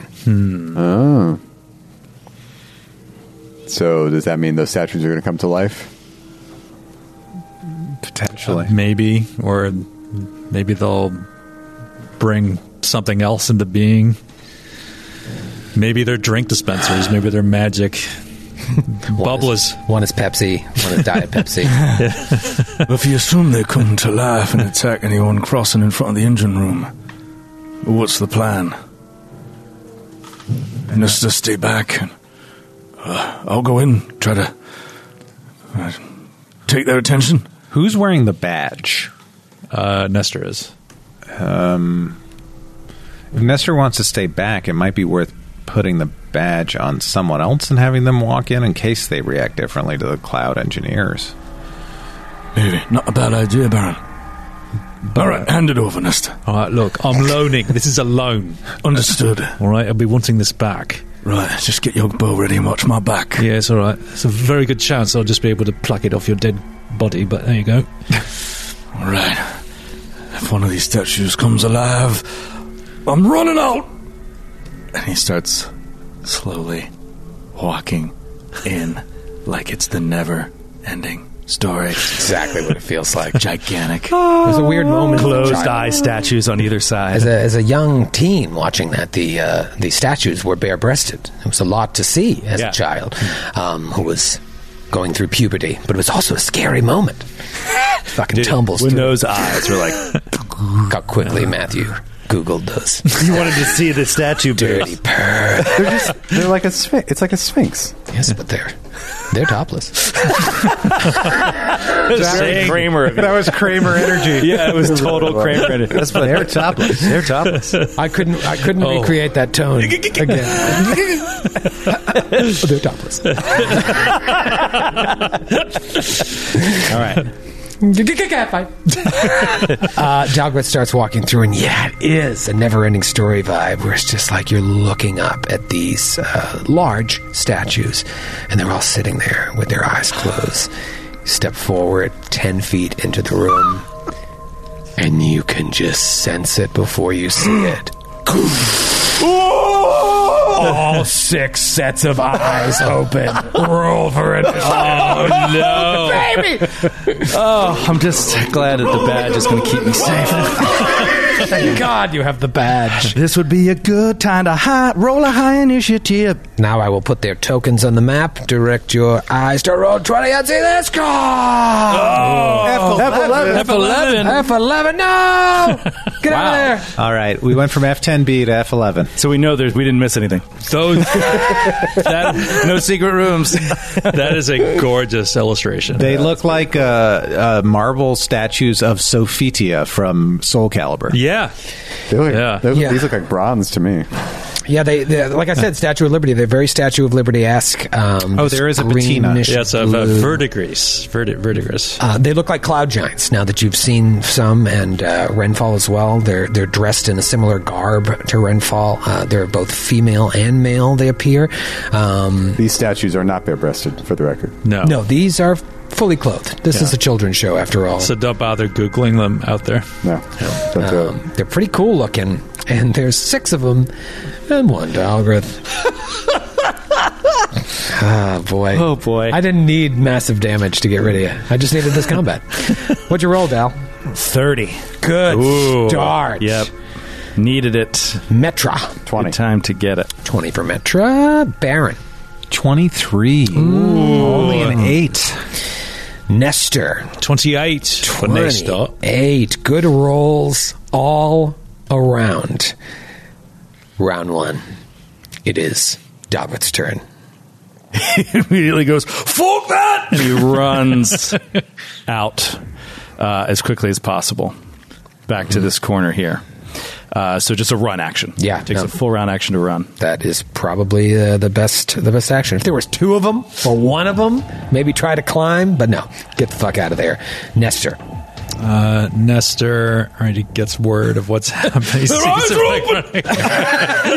S6: So does that mean those statues are going to come to life?
S10: Potentially.
S7: Maybe, or maybe they'll bring something else into being. Maybe they're drink dispensers. Maybe
S4: <laughs>
S7: they're magic bubblers.
S4: One is Pepsi, one is Diet <laughs> Pepsi.
S5: If you assume they come to life and attack anyone crossing in front of the engine room, what's the plan? And us just stay back. And, uh, I'll go in, try to uh, take their attention.
S10: Who's wearing the badge?
S7: Uh, Nestor is.
S10: If Nestor wants to stay back, it might be worth putting the badge on someone else and having them walk in in case they react differently to the cloud engineers.
S5: Maybe. Not a bad idea, Baron. All right, hand it over, Nesta.
S7: All right, look, I'm loaning. this is a loan.
S5: Understood.
S7: All right, I'll be wanting this back.
S5: Right, just get your bow ready and watch my back.
S7: Yeah, it's all right. It's a very good chance I'll just be able to pluck it off your dead body, but there you go.
S5: All right. If one of these statues comes alive, I'm running out. And he starts slowly walking in like it's the never ending story.
S4: exactly what <laughs> it feels like.
S5: Gigantic.
S7: <laughs>
S4: It was a weird moment.
S2: Closed
S4: Child.
S2: eye statues on either side.
S4: As a, as a young teen watching that, the uh, the statues were bare breasted. It was a lot to see as
S7: Yeah.
S4: a child um, who was going through puberty, but it was also a scary <laughs> moment. Fucking tumbles
S2: when
S4: through.
S2: those eyes were like,
S4: How quickly Matthew googled <laughs> those
S2: you wanted to see the statue.
S4: dirty purr. <laughs>
S6: They're just they're like a sphinx. It's like a sphinx.
S4: Yes, but they're they're topless.
S2: Saying, Kramer.
S10: That was Kramer energy.
S2: Yeah, it was total Kramer.
S10: That's funny. They're topless. They're topless.
S4: I couldn't I couldn't
S2: Oh.
S4: recreate that
S2: <laughs>
S4: tone again. they're topless.
S2: All right.
S4: Catfight.
S2: <laughs>
S4: uh, Dalgrith starts walking through, and yeah, it is a never-ending story vibe, where it's just like you're looking up at these uh, large statues, and they're all sitting there with their eyes closed. Step forward ten feet into the room, and you
S11: <gasps>
S4: can just sense it before you see it.
S7: Oh,
S11: six sets of eyes open. Roll for it. Oh, no.
S4: <laughs>
S11: Baby!
S2: Oh, I'm just glad that the badge is going to keep me safe.
S11: Thank God you have the badge.
S2: This would be a good time to high, roll a high initiative.
S4: Now I will put their tokens on the map. Direct your eyes to roll 20 and see this score!
S11: Oh,
S2: F11.
S4: F11, no! Get out of there!
S10: All right, we went from F10B to F11.
S3: So we know there's we didn't miss anything.
S7: Those, that,
S2: No secret
S5: <laughs>
S2: rooms.
S7: that is a gorgeous illustration.
S10: They look like uh, uh, marble statues of Sophitia from Soul Calibur.
S7: yeah.
S6: They look,
S7: Yeah.
S6: those-
S4: Yeah.
S6: These look like bronze to me.
S4: Yeah, they, they like I said, Statue of Liberty. They're very Statue of Liberty esque. Um,
S10: Oh, there is a patina.
S4: greenish
S7: Yeah, it's a,
S4: blue.
S7: a uh, verdigris. Verdi- verdigris.
S4: Uh, they look like cloud giants. Now that you've seen some and uh, Renfall as well, they're they're dressed in a similar garb to Renfall. Uh, they're both female and male. They appear. Um,
S6: These statues are not bare-breasted, for the record.
S7: No.
S4: No, these are fully clothed. This is a children's show, after all.
S7: So don't bother Googling them out there.
S6: No, don't do it.
S4: Um, they're pretty cool looking, and there's six of them, and one Dalgrith.
S7: <laughs>
S4: ah, boy.
S7: Oh, boy.
S4: I didn't need massive damage to get rid of you. I just needed this
S7: <laughs>
S4: combat. What'd you roll, Dal?
S3: 30.
S4: Good
S3: Ooh.
S4: start.
S3: Yep. Needed it.
S4: Metra.
S3: Good time to get it.
S4: 20 for Metra. Baron.
S10: 23. Only an 8.
S4: Nestor.
S7: 28. 28.
S4: 28. Good rolls all around. Round one. It is Dalgrith's turn.
S3: Immediately goes, fuck that! And he runs <laughs> out uh, as quickly as possible back
S2: Mm-hmm.
S3: to this corner here. Uh, so just a run action.
S4: Yeah,
S3: Takes
S4: no.
S3: a full round action to run.
S4: that is probably uh, the best the best action. If there was two of them or one of them, maybe try to climb, but no, get the fuck out of there, Nestor.
S7: Uh, Nestor already gets word of what's <laughs> happening. He sees him, like,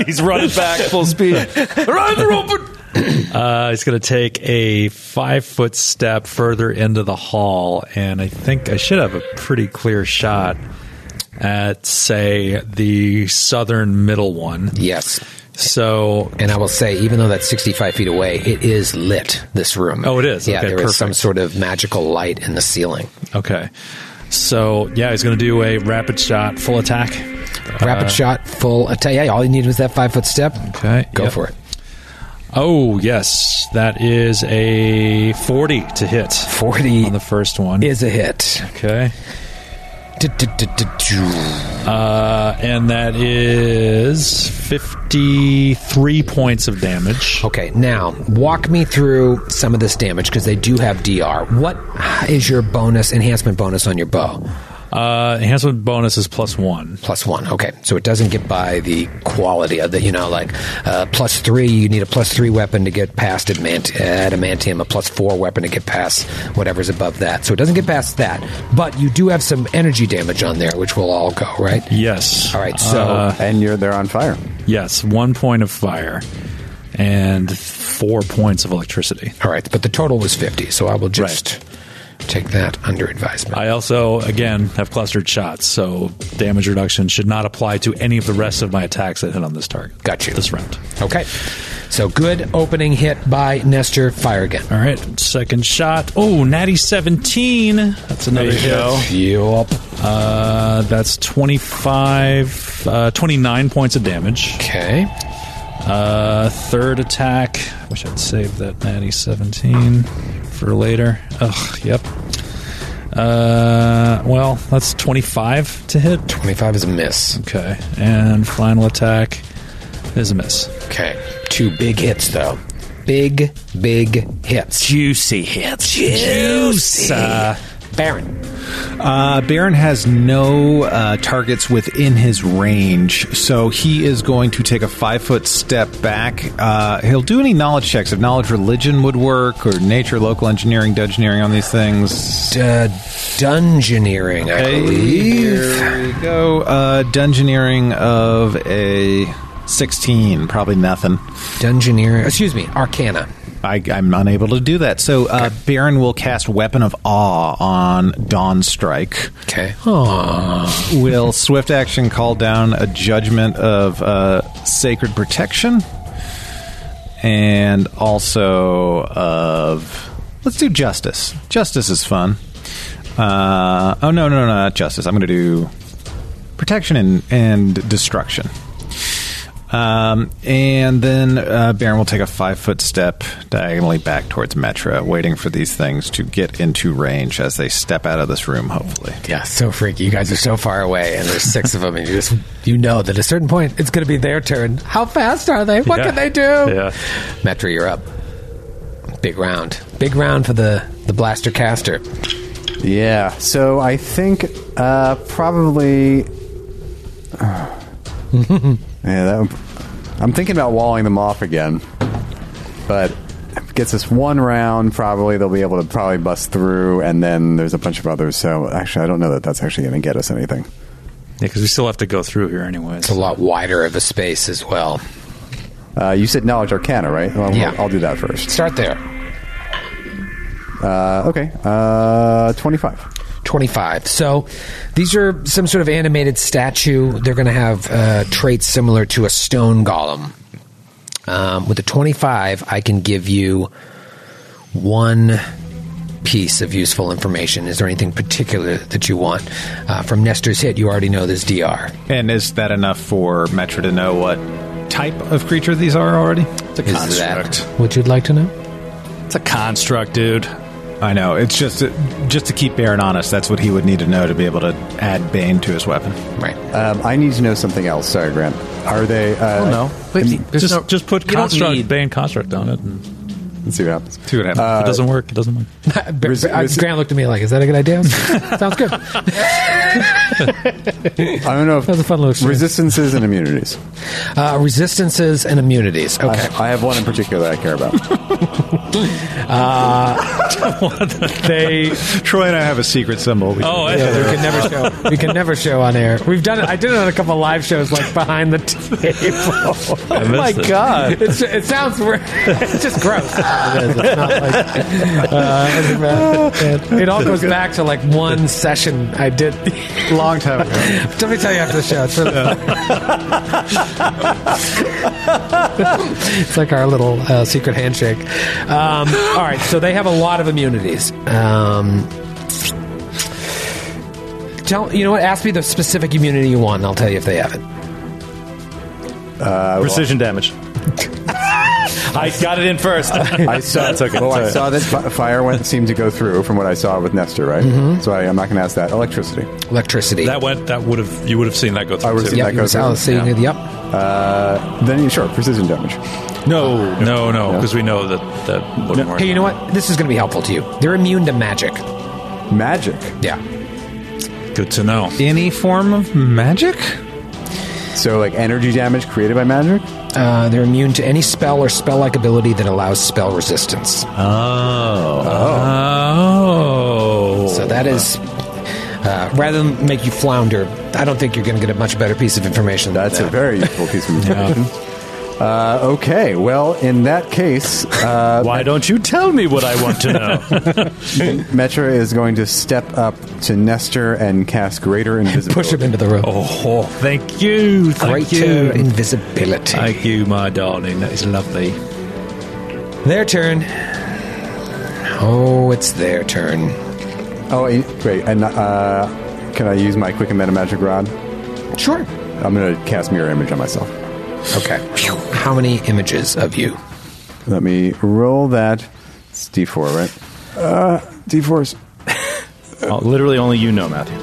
S3: <laughs> He's running back full speed.
S7: Uh, he's going to take a five foot step further into the hall, and I think I should have a pretty clear shot at, say, the southern middle one.
S4: Yes,
S7: So,
S4: and I will say, even though that's sixty-five feet away, it is lit. This room.
S7: Oh, it is?
S4: Yeah,
S7: Okay,
S4: there is some
S7: perfect.
S4: sort of magical light in the ceiling.
S7: okay. So, yeah, he's going to do a rapid shot, full attack. Uh-huh.
S4: Rapid shot, full attack. Yeah, all you needed was that five-foot step.
S7: Okay.
S4: go
S7: yep.
S4: for it.
S7: Oh, yes. That is a 40 to hit
S4: Forty
S7: on the first one.
S4: is a hit.
S7: okay.
S4: Du-du-du-du-du.
S7: Uh, and that is 53 points of damage.
S4: Okay, now walk me through some of this damage because they do have DR. What is your bonus enhancement bonus on your bow?
S7: Uh, enhancement bonus is plus one.
S4: Plus one. Okay, so it doesn't get by the quality of the, you know, like uh, plus three. You need a plus three weapon to get past adamant- adamantium, a plus four weapon to get past whatever's above that. So it doesn't get past that, but you do have some energy damage on there, which will all go right.
S7: Yes.
S4: All right,
S6: Uh,
S4: so
S6: And you're they're on fire.
S7: yes, one point of fire and four points of electricity.
S4: all right, but the total was fifty. So I will just take that under advisement.
S7: I also, again, have clustered shots, so damage reduction should not apply to any of the rest of my attacks that hit on this target.
S4: Got you.
S7: This round.
S4: Okay. So good opening hit by Nestor. Fire again.
S7: All right, second shot. Oh, natty 17. That's another hit.
S4: Yup.
S7: Uh, that's 25, uh, 29 points of damage.
S4: Okay.
S7: Uh, third attack. Wish I'd saved that natty 17 for later. Ugh, yep. Uh, well, that's 25 to hit.
S4: 25 is a miss.
S7: Okay, and final attack is a miss.
S4: Okay. Two big hits, though. Big, big hits.
S2: Juicy hits.
S4: Juicy. Baron.
S10: Uh, Baron has no uh, targets within his range, so he is going to take a five foot step back. Uh, he'll do any knowledge checks. If knowledge religion would work, or nature, local engineering, dungeoneering on these things.
S4: Uh, dungeoneering, I
S10: Okay,
S4: believe.
S10: here we go. Uh, dungeoneering of a 16. Probably nothing.
S4: Dungeoneering. Excuse me. Arcana.
S10: I, I'm unable to do that. So uh, Baron will cast Weapon of Awe on Dawn Strike.
S4: Okay. Aww.
S10: will swift action call down a judgment of uh, sacred protection and also of let's do justice. Justice is fun. Uh, oh no, no, no, not justice. I'm going to do protection and, and destruction. Um, and then uh, Baron will take a five foot step diagonally back towards Metra, waiting for these things to get into range as they step out of this room. Hopefully,
S4: Yeah, so freaky. You guys are so far away, and there's six of them, and you just you know that at a certain point it's going to be their turn. How fast are they? What
S7: Yeah.
S4: can they do?
S7: Yeah.
S4: Metro, you're up. Big round, big round for the the blaster caster.
S6: Yeah. So I think uh, probably. <sighs> yeah, that. would- I'm thinking about walling them off again, but if it gets us one round. Probably they'll be able to probably bust through, and then there's a bunch of others. So actually, I don't know that that's actually going to get us anything.
S7: because we still have to go through here anyways.
S4: It's a lot wider of a space as well.
S6: Uh, you said knowledge arcana, right? Well,
S4: Yeah.
S6: I'll do that first.
S4: Start there.
S6: Uh, okay. Uh, Twenty-five.
S4: 25. So these are some sort of animated statue. They're going to have uh, traits similar to a stone golem. Um, with a 25, I can give you one piece of useful information. Is there anything particular that you want? Uh, from Nestor's Hit, you already know this DR.
S10: and is that enough for Metra to know what type of creature these are already?
S3: It's a
S4: Is
S3: construct.
S4: that what you'd like to know?
S3: It's a construct, dude.
S10: I know. It's just just to keep Baron honest. That's what he would need to know to be able to add Bane to his weapon.
S4: <laughs> Right.
S6: Um, I need to know something else. Sorry, Grant. Are they? Uh,
S2: Oh no, Wait, there's
S7: Just
S2: no-
S7: just put
S2: you don't
S7: construct
S2: need-
S7: ban construct on it. And
S6: Let's see what happens.
S10: See what happens.
S7: if it doesn't work. It doesn't work.
S4: Bar-
S6: Res-
S4: uh,
S6: res-
S4: Grant looked at me like, is that a good idea? Sounds good.
S6: I don't know. If
S4: That was a fun little experience.
S6: Resistances and immunities.
S4: Uh, resistances and immunities.
S6: I-
S4: Okay.
S6: I have one in particular that I care about.
S4: They
S10: Troy and I have a secret symbol. We
S7: Oh,
S4: <laughs> Yeah, we can never show. We can never show on air. We've done it. I did it on a couple live shows, like behind the <laughs> table.
S7: I missed
S4: <laughs>
S7: it.
S4: god! It's, it sounds. weird. It's just gross. <laughs> It is. It's not like. uh, it's bad. <laughs> it, it all goes back to like one session I did.
S10: long time ago.
S4: <laughs> Let me tell you after the show. It's, really <laughs> it's like our little uh, secret handshake. Um, all right, so they have a lot of immunities. Um, tell you know what? Ask me the specific immunity you want, and I'll tell you if they have it.
S2: precision damage. I got it in first.
S6: I saw,
S2: That's okay.
S6: Well, I
S2: Sorry.
S6: saw that fi- fire went seemed to go through from what I saw with Nestor, right? So I, I'm not going to ask that. Electricity.
S4: Electricity.
S7: That went. That would have. You would have seen that go through.
S6: I would've
S7: too.
S6: seen
S4: yep,
S6: that
S4: you
S6: goes
S4: was-
S6: in.
S4: oh, so you need- yep.
S6: Uh, then you sure precision damage.
S7: No, no, no, because we know that that wouldn't work.
S4: Hey, you know what? This is going to be helpful to you. They're immune to magic.
S6: Magic.
S4: Yeah.
S7: Good to know.
S10: Any form of magic?
S6: So like energy damage created by magic.
S4: Uh, they're immune to any spell or spell-like ability that allows spell resistance.
S7: Oh,
S4: So that is, uh, rather than make you flounder, I don't think you're going to get a much better piece of information. than
S6: That's a
S4: that.
S6: very useful piece of information. Uh, okay, well, in that case, uh,
S3: <laughs> Why don't you tell me what I want to
S2: <laughs>
S3: know?
S6: Metra is going to step up to Nestor and cast Greater
S4: push
S6: Invisibility.
S4: him into the room.
S7: oh, thank you, thank
S4: Greater
S7: you,
S4: invisibility.
S7: thank you, my darling. That is lovely.
S4: Their turn. Oh, it's their turn.
S6: Oh, and- great. And uh, can I use my quick and meta magic rod?
S4: Sure.
S6: I'm going to cast Mirror Image on myself.
S4: Okay. How many images of you?
S6: Let me roll that. It's D4, right? Uh, D4s.
S3: Oh, literally, only you know, Matthew.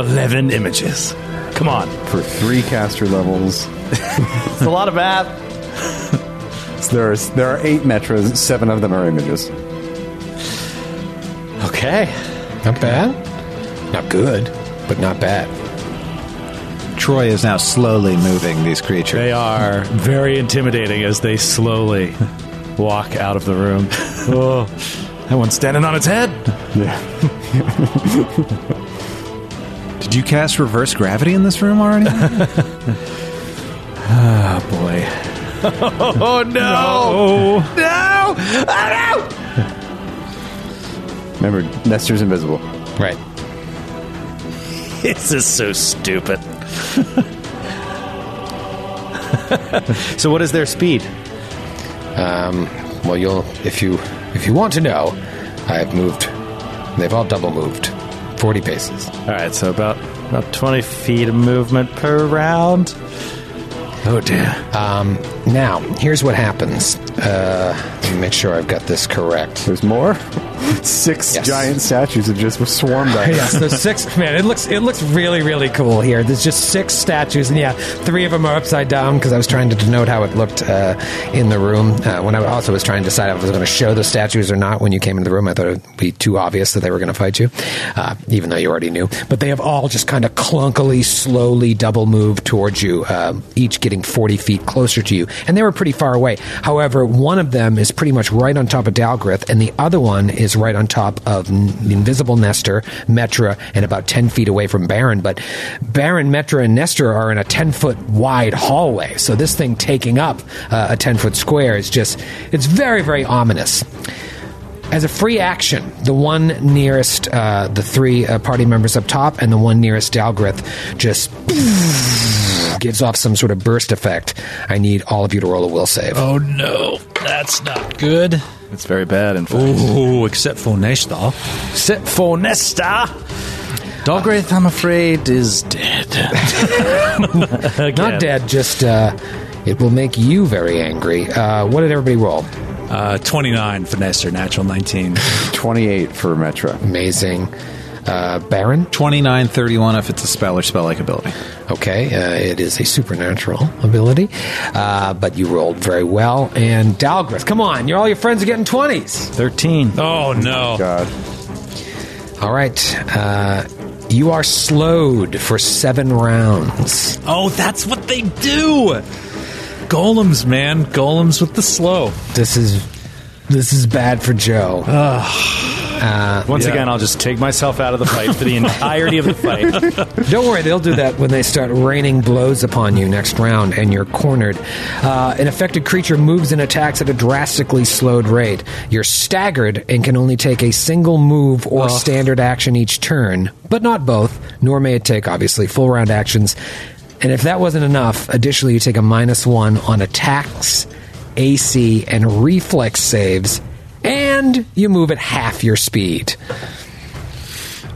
S3: Eleven images. Come on.
S6: For three caster levels.
S2: it's a lot of math.
S6: So there, are, there are eight metras, seven of them are images.
S2: Okay.
S4: Not bad. Not good, but not bad.
S10: Troy is now slowly moving these creatures.
S3: They are very intimidating as they slowly walk out of
S2: <laughs>
S3: the room. Oh, that one's standing on its head.
S10: Did you cast reverse gravity in this room
S2: <laughs>
S10: already? Ah,
S3: Oh boy. oh no! No! Oh, no!
S6: Remember, Nestor's invisible.
S4: Right.
S3: <laughs> This is so
S2: <laughs>
S3: stupid. so, what is their speed?
S4: Um, well, you'll if you if you want to know, I've moved. They've all double moved, forty paces.
S2: All right, so about about twenty feet of movement per round. Oh dear.
S4: Um, now, here's what happens. Uh, let me make sure I've got this correct.
S6: There's more. <laughs> Six
S4: Yes.
S6: giant statues have just swarmed <laughs>
S4: <laughs>
S6: us.
S11: Yeah, so six man, it looks it looks really really cool here. There's just six statues, and yeah, three of them are upside down.
S4: because I was trying to denote how it looked uh, in the room. Uh, when I also was trying to decide if I was going to show the statues or not when you came into the room, I thought it would be too obvious that they were going to fight you, uh, even though you already knew. But they have all just kind of clunkily, slowly double moved towards you, um, each getting 40 feet closer to you. And they were pretty far away. However, one of them is pretty much right on top of Dalgrith, and the other one is right on top of N- the Invisible Nestor, Metra, and about 10 feet away from Baron. But Baron, Metra, and Nestor are in a 10 foot wide hallway. So this thing taking up uh, a 10 foot square is just, it's very, very ominous. As a free action, the one nearest uh, the three uh, party members up top and the one nearest Dalgrith just gives off some sort of burst effect. I need all of you to roll a will save.
S7: Oh no, that's not good.
S3: It's very bad, in fact.
S7: Ooh, except for Neshtar.
S2: Except for Nesta. Dogrith, I'm afraid, is dead.
S4: Not dead, just uh, it will make you very angry. Uh, what did everybody roll?
S7: Uh, 29 for Nestor, natural 19.
S6: 28 for Metra.
S4: Amazing. Uh, Baron?
S10: 29, 31 if it's a spell or spell like ability.
S4: Okay, uh, it is a supernatural ability, uh, but you rolled very well. And Dalgrith, come on, you're all your friends are getting 20s.
S2: Thirteen.
S7: Oh no.
S6: God.
S4: All right. Uh, you are slowed for seven rounds.
S7: Oh, that's what they do. Golems, man. Golems with the slow.
S4: This is this is bad for Joe.
S2: Once again, I'll just take myself out of the fight for the
S3: <laughs>
S2: entirety of the fight.
S4: Don't worry, they'll do that when they start raining blows upon you next round and you're cornered. Uh, an affected creature moves and attacks at a drastically slowed rate. You're staggered and can only take a single move or standard action each turn, but not both, nor may it take, obviously, full round actions. And if that wasn't enough, additionally, you take a minus one on attacks, AC, and reflex saves, and you move at half your speed.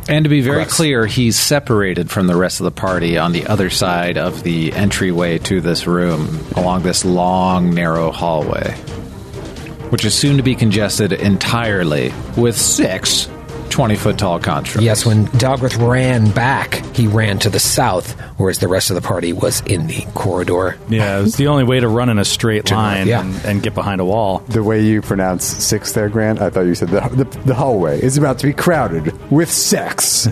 S10: And to be very clear, he's separated from the rest of the party on the other side of the entryway to this room along this long, narrow hallway, which is soon to be congested entirely with six 20 foot tall constructs. <laughs>
S4: Yes, when Dalgrith ran back, he ran to the south, whereas the rest of the party was in the corridor.
S3: Yeah, it's the only way to run in a straight line
S4: yeah.
S3: and, and get behind a wall.
S6: The way you pronounce six there, Grant, I thought you said the, the, the hallway is about to be crowded with <laughs> sex.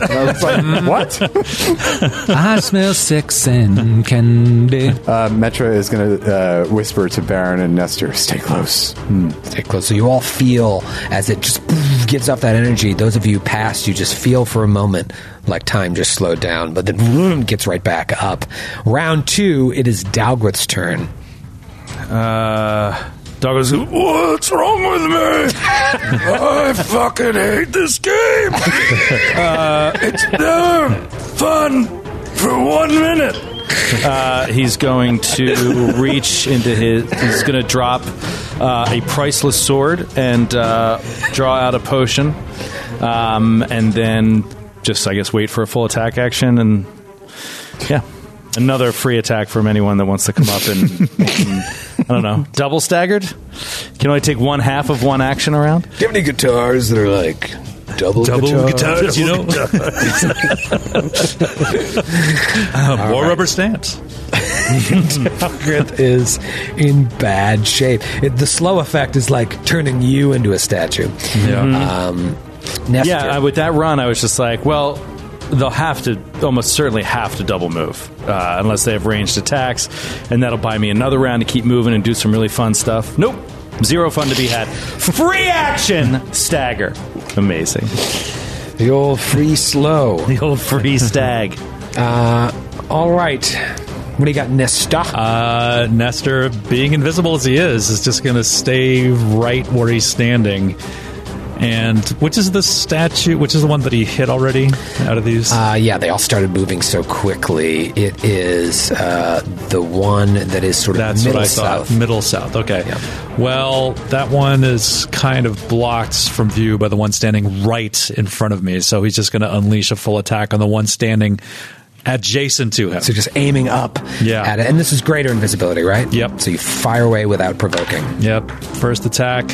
S6: And I was like, what?
S10: I smell six and candy.
S6: Uh, Metra is going to uh, whisper to Baron and Nestor, stay close.
S4: Stay close. So you all feel as it just <sniffs> gives off that energy. Those of you past, you just feel for a moment like time just slowed down, but then vroom, gets right back up. Round two, it is Dalgrith's turn.
S3: Uh, Dog goes, What's wrong with me? I fucking hate this <laughs> game. uh, it's never fun for one minute. Uh, he's going to reach into his. He's going to drop uh, a priceless sword and uh, draw out a potion. Um, and then just, I guess, wait for a full attack action. And yeah. Another free attack from anyone that wants to come up and, and I don't know, <laughs> double staggered. Can only take one half of one action around.
S4: Do you have any guitars that are like double, <laughs>
S7: Double guitars, you know? uh, more rubber stamps.
S4: Dalgrith is in bad shape. It, the slow effect is like turning you into a statue. Yeah. Um, Nestor.
S3: Yeah, I, with that run, I was just like, well, they'll have to almost certainly have to double move uh, unless they have ranged attacks, and that'll buy me another round to keep moving and do some really fun stuff. Nope, zero fun to be had. Free action stagger, amazing.
S4: The old free slow.
S3: The old free <laughs> stag.
S4: All right. What do you got, Nesta?
S7: Uh, Nestor, being invisible as he is, is just going to stay right where he's standing And which is the statue? Which is the one that he hit already out of these?
S4: Uh, yeah, they all started moving so quickly. It is uh, the one that is sort of
S7: That's
S4: middle
S7: what I
S4: south.
S7: thought. Middle South. Okay. Well, that one is kind of blocked from view by the one standing right in front of me. So he's just going to unleash a full attack on the one standing adjacent to him.
S4: So just aiming up
S7: Yeah.
S4: at it. And this is greater invisibility, right?
S7: Yep.
S4: So you fire away without provoking.
S7: Yep. First attack.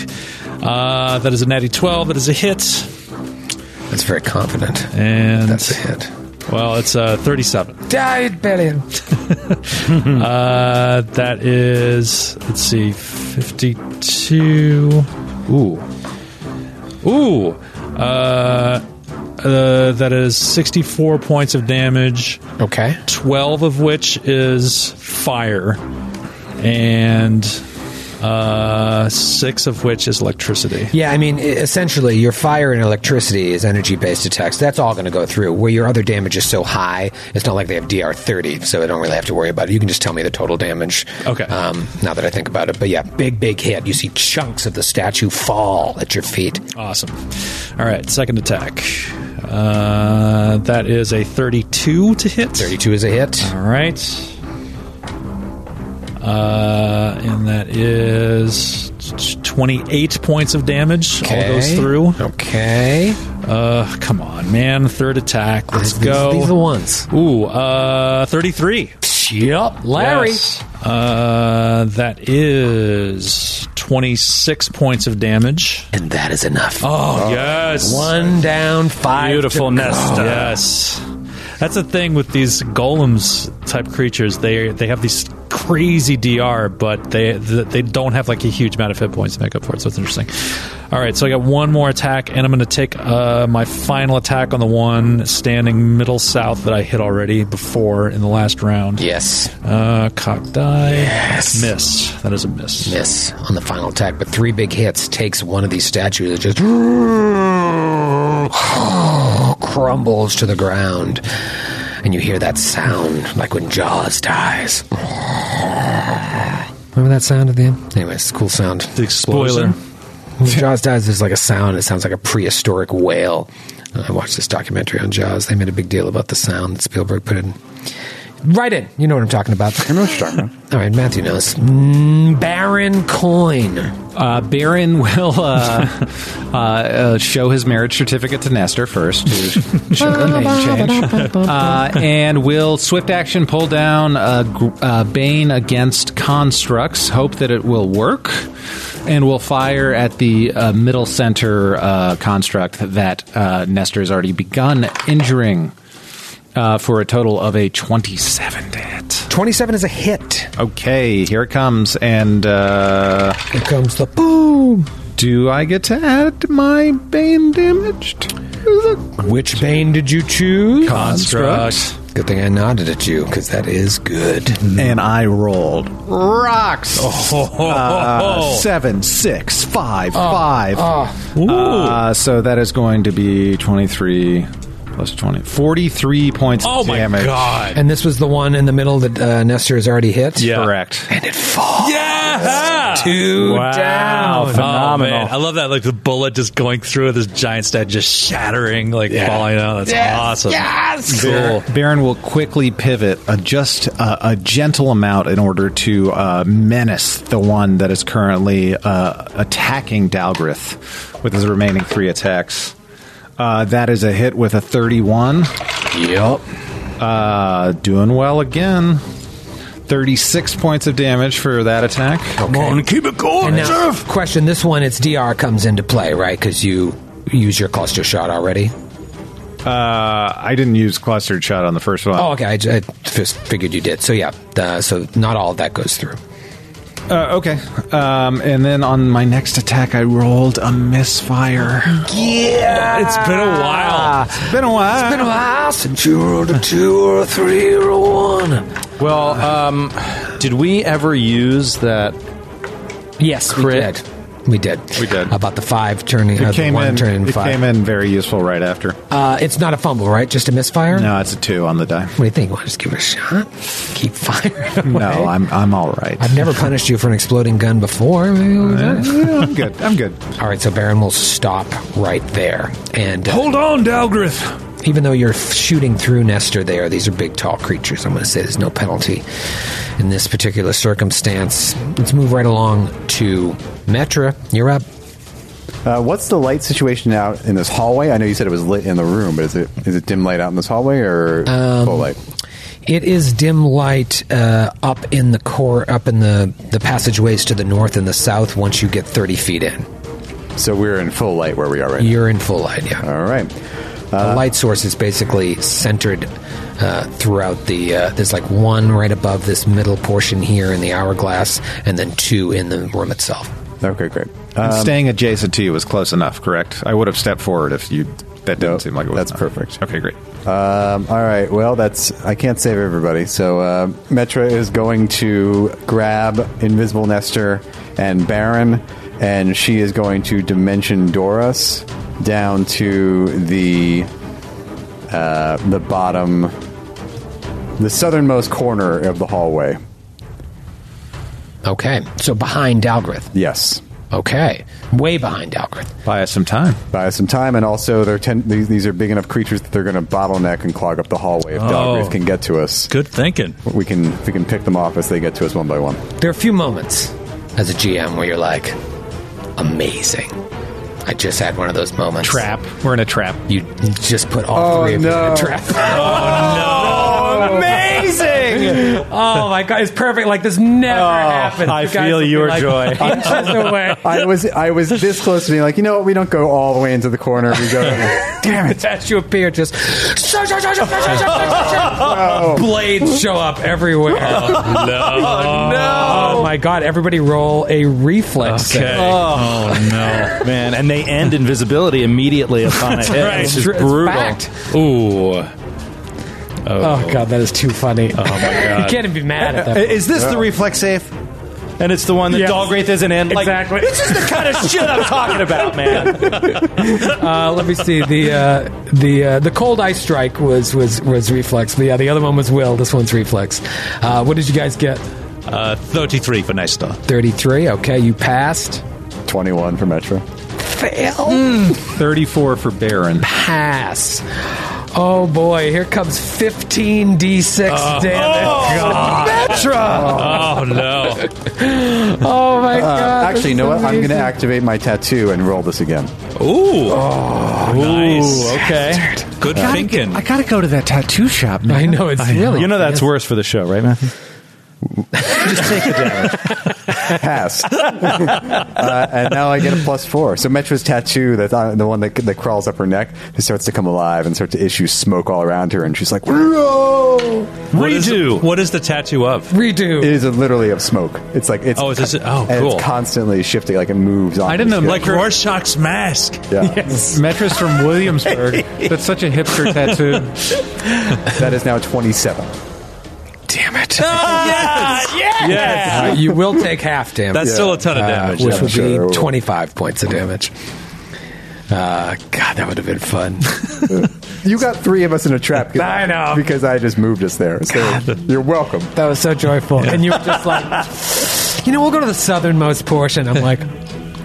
S7: Uh, that is a natty 12. That is a hit.
S4: That's very confident.
S7: And
S4: That's a hit.
S7: well, it's uh, a 37.
S4: Die, Belian.
S7: Uh, that is let's see, fifty-two. Ooh, ooh. Uh, uh, that is sixty-four points of damage,
S4: Okay.
S7: twelve of which is fire, and uh, six of which is electricity.
S4: Yeah, I mean, e- essentially, your fire and electricity is energy based attacks. That's all going to go through. Where your other damage is so high, it's not like they have DR 30, so I don't really have to worry about it. You can just tell me the total damage.
S7: Okay.
S4: Um, now that I think about it. But yeah, big, big hit. You see chunks of the statue fall at your feet.
S7: Awesome. All right, second attack. Uh, that is a thirty-two to hit.
S4: 32 is a hit.
S7: All right. Uh, and that is 28 points of damage.
S4: Okay.
S7: All goes through.
S4: Okay.
S7: Uh, come on, man. Third attack. Let's
S4: These-
S7: go.
S4: These are the ones.
S7: Ooh, uh, 33.
S4: Yep. Larry.
S7: Yes. Uh, that is 26 points of damage.
S4: And that is enough.
S7: Oh, yes.
S4: One down, five.
S7: Beautiful
S4: to
S7: nest.
S4: go.
S7: Yes. That's the thing with these golems type creatures. They they have these crazy DR, but they they don't have like a huge amount of hit points to make up for it. So it's interesting. All right, so I got one more attack, and I'm going to take uh, my final attack on the one standing middle south that I hit already before in the last round.
S4: Yes.
S7: Uh, cock die. Miss. That is a miss.
S4: Miss on the final attack, but three big hits takes one of these statues that just <sighs> crumbles to the ground. And you hear that sound like when Jaws dies. <sighs> Remember that sound at the end? Anyways, it's a cool sound.
S7: Spoiler.
S4: When Jaws dies, there's like a sound. It sounds like a prehistoric whale. Uh, I watched this documentary on Jaws. They made a big deal about the sound that Spielberg put in. Right in. You know what I'm talking about.
S6: I know what you're talking about.
S4: All right, Matthew knows. Mm, Baron Coin.
S10: Uh, Baron will uh, <laughs> uh, uh, show his marriage certificate to Nestor first, to show the name change, uh, and will swift action pull down uh, gr- uh, Bane against constructs. Hope that it will work, and will fire at the uh, middle center uh, construct that uh, Nestor has already begun injuring. Uh, for a total of a 27 to hit.
S4: 27 is a hit.
S10: Okay, here it comes. And uh,
S4: Here comes the boom.
S10: do I get to add my Bane damage?
S4: Which Bane did you choose?
S7: Construct.
S4: Good thing I nodded at you, because that is good.
S10: And I rolled rocks. <laughs> Uh, seven, six, five,
S7: Oh,
S10: five. Uh, so that is going to be 23 plus 20. 43 points
S7: Oh
S10: of
S7: my
S10: damage.
S7: god.
S4: And this was the one in the middle that uh, Nestor has already hit?
S7: Yeah.
S10: Correct.
S4: And it falls.
S7: Yeah.
S4: Two down.
S7: Oh, man. I love that. Like the bullet just going through this giant stat, just shattering, like falling out. That's awesome.
S4: Yes.
S7: Cool.
S10: Baron will quickly pivot uh, just uh, a gentle amount in order to uh, menace the one that is currently uh, attacking Dalgrith with his remaining three attacks. Uh, that is a hit with a 31.
S4: Yep.
S10: Uh, doing well again. 36 points of damage for that attack.
S4: Come on, keep it going, Question: This one, it's DR comes into play, right? Because you use your cluster shot already.
S10: Uh, I didn't use clustered shot on the first one.
S4: Oh, okay. I, I just figured you did. So yeah. Uh, so not all of that goes through.
S10: Uh, okay. Um, and then on my next attack, I rolled a misfire.
S7: It's been a while.
S10: Been a while.
S4: Been a while since you rolled a two or a three or a one.
S3: Well, um, did we ever use that
S4: Yes, we
S3: crit
S4: did. We did.
S10: We did.
S4: About the five turning. uh,
S10: It
S4: the
S10: came
S4: one
S10: in.
S4: turning
S10: It
S4: five.
S10: came in very useful right after.
S4: Uh, it's not a fumble, right? Just a misfire.
S10: No, it's a two on the die.
S4: What do you think? Want to just give it a shot? Keep firing. away?
S10: No, I'm I'm all right.
S4: I've never punished you for an exploding gun before. Maybe we'll do that.
S10: <laughs> Yeah, I'm good. I'm <laughs> good.
S4: All right, so Baron will stop right there. And uh,
S5: Hold on, Dalgrith.
S4: even though you're f- shooting through Nestor there, these are big, tall creatures. I'm going to say there's no penalty in this particular circumstance. Let's move right along to Metra. You're up.
S6: Uh, what's the light situation out in this hallway? I know you said it was lit in the room, but is it is it dim light out in this hallway or full light?
S4: It is dim light uh, up in the core, up in the, the passageways to the north and the south once you get 30 feet in.
S6: So we're in full light where we are right
S4: You're in full light, yeah.
S6: now. All right.
S4: the light source is basically centered uh, throughout the. Uh, there's like one right above this middle portion here in the hourglass, and then two in the room itself.
S6: Okay, great.
S10: And staying adjacent to you was close enough, correct? I would have stepped forward if you. That didn't
S6: No,
S10: seem like it was.
S6: that's
S10: enough.
S6: perfect.
S10: Okay, great.
S6: Um, all right. Well, that's I can't save everybody. So uh, Metra is going to grab Invisible Nestor and Baron, and she is going to dimension Doris down to the uh, the bottom, the southernmost corner of the hallway.
S4: Okay, so behind Dalgrith.
S6: Yes.
S4: Okay, way behind Dalgrith.
S10: Buy us some time.
S6: Buy us some time, and also they're ten- these, these are big enough creatures that they're going to bottleneck and clog up the hallway if
S7: Oh.
S6: Dalgrith can get to us.
S7: Good thinking.
S6: We can we can pick them off as they get to us one by one.
S4: There are a few moments as a GM where you're like, amazing. I just had one of those moments.
S10: Trap. We're in a trap.
S4: You just put all
S6: Oh,
S4: three of you in
S6: no.
S4: a trap.
S12: <laughs>
S2: Amazing! Oh my god, it's perfect. Like this never happens.
S3: I feel your
S11: <laughs>
S3: joy.
S2: Inches away.
S6: I was I was
S7: <laughs>
S6: this close to being like, you know what? We don't go all the way into the corner. We go. Damn it!
S4: As you appear, just blades show up everywhere.
S11: <laughs>
S7: No.
S4: Oh my god, everybody roll a reflex.
S7: Okay.
S4: save.
S7: Oh, no.
S3: man, and they end invisibility immediately upon a hit, which is
S4: It's
S3: brutal.
S4: fact.
S7: Ooh.
S11: Oh god, that is too funny.
S7: Oh, my
S4: You
S7: God.
S4: can't even be mad at
S3: I-
S4: that.
S3: Is this the reflex safe? And it's the one that
S11: Yes.
S3: Dalgraith isn't in. Like,
S11: Exactly.
S3: It's just the kind of shit I'm talking about, man.
S11: Uh, let me see the uh, the uh, the cold ice strike was was was reflex. But yeah, the other one was will. This one's reflex. Uh, what did you guys get?
S7: Uh, 33 for nice stuff.
S4: Thirty-three. Okay, you passed.
S6: Twenty-one for Metro.
S4: Fail.
S10: Thirty-four for Baron.
S4: Hmm. Pass. Oh boy, here comes fifteen d six damage.
S7: Oh, no.
S4: <laughs> Oh my
S6: Uh,
S4: god!
S6: actually, you know what? I'm going to activate my tattoo and roll this again.
S7: Ooh. nice.
S3: okay.
S7: Good thinking.
S10: gotta go to that tattoo shop.
S4: I know it's really.
S3: You know that's worse for the show, right, Matthew?
S7: <laughs>
S6: Pass. uh, and now I get a plus four. So Metro's tattoo, that on the one that, that crawls up her neck, it starts to come alive and start to issue smoke all around her, and she's like, "Whoa!"
S7: What is-
S3: Redo.
S7: what is the tattoo of?
S4: redo.
S6: It is literally of smoke. It's like it's
S7: Oh, is this- oh,
S6: and
S7: cool.
S6: it's constantly shifting, like it moves. on.
S10: I didn't know
S7: Like Rorschach's mask.
S6: <laughs>
S7: <laughs>
S6: Yeah.
S13: Metris from Williamsburg. That's such a hipster tattoo.
S6: That is now twenty-seven.
S4: Damn it!
S7: Yes.
S4: Uh, you will take half damage.
S7: That's still a ton of
S4: Uh,
S7: damage.
S4: which
S6: yeah,
S4: would
S6: sure, I will.
S4: be 25 points of damage. Uh, God, that would have been fun.
S6: You got three of us in a trap.
S4: <laughs> I know.
S6: because I just moved us there. So you're welcome.
S11: That was so joyful. And you were just like, you know, we'll go to the southernmost portion. I'm like,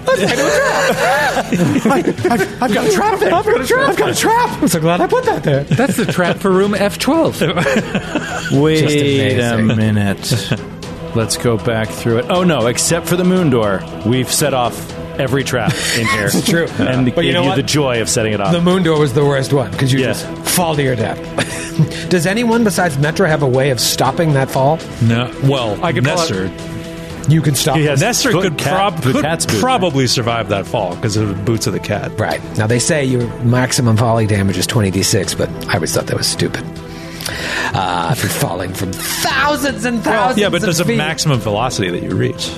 S6: I've, I've got a trap there.
S11: I've got a trap. I've got a trap. I'm so glad I put that there.
S13: That's the trap for room F12.
S3: Wait a
S4: amazing.
S3: minute. Let's go back through it. Oh no! Except for the moon door, we've set off every trap in here. it's
S11: true.
S3: and
S11: But
S3: gave
S11: you
S3: you,
S11: know what?
S3: the joy of setting it off.
S11: The moon door was the worst one because you
S3: Yeah.
S11: just fall to your death. <laughs>
S4: Does anyone besides Metro have a way of stopping that fall?
S7: No. Well,
S11: I could pull out-
S7: Nestor.
S11: You can stop.
S3: has
S7: Nestor
S3: foot-
S7: could,
S3: cat-
S7: prob-
S3: the
S7: could
S3: cat's boot.
S7: probably survive that fall because of the boots of the cat.
S4: Right. Now, they say your maximum falling damage is 20d6, but I always thought that was stupid. Uh, if you're falling from thousands and thousands
S7: Yeah, but
S4: of
S7: there's a
S4: feet.
S7: maximum velocity that you reach.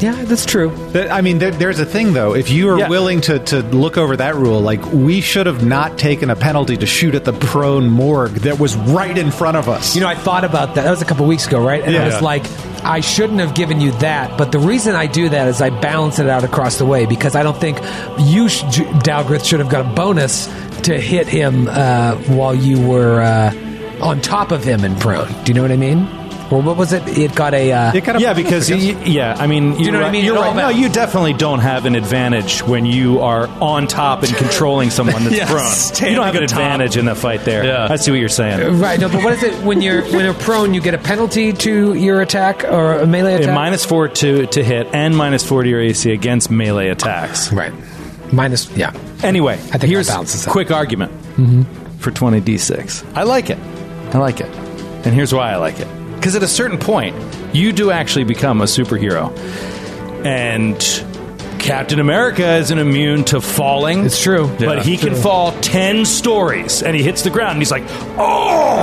S14: Yeah, that's true.
S10: That- I mean, there, there's a thing though. If you are
S3: Yeah.
S10: willing to, to look over that rule, like we should have not taken a penalty to shoot at the prone morgue that was right in front of us.
S12: You know, I thought about that. That was a couple weeks ago, right? And I
S10: Yeah.
S12: was like, I shouldn't have given you that. But the reason I do that is I balance it out across the way because I don't think you, sh- J- Dalgrith, should have got a bonus to hit him uh, while you were uh, on top of him and prone. Do you know what I mean? Or what was it? It got a. Uh,
S10: It kind of-
S3: yeah, because y- yeah, I mean, you're
S12: know what I
S3: right-
S12: mean?
S3: You're
S12: It all
S3: right. No,
S12: matters.
S3: you definitely don't have an advantage when you are on top and controlling someone that's prone. You don't have an advantage in the fight there.
S7: Yeah.
S3: I see what you're saying.
S12: Right, no, but what is it when you're when you're prone? You get a penalty to your attack or a melee
S3: A
S12: attack.
S3: minus four to to hit and minus four to your AC against melee attacks.
S12: right, minus yeah.
S3: Anyway,
S12: think that
S3: here's
S12: balances out. Mm-hmm.
S3: quick argument for 20d6. I like it. I like it. And here's why I like it. Because at a certain point, you do actually become a superhero. And Captain America isn't immune to falling.
S12: It's true.
S3: But
S12: Yeah.
S3: he can fall 10 stories and he hits the ground and he's like,
S12: <laughs>
S3: oh,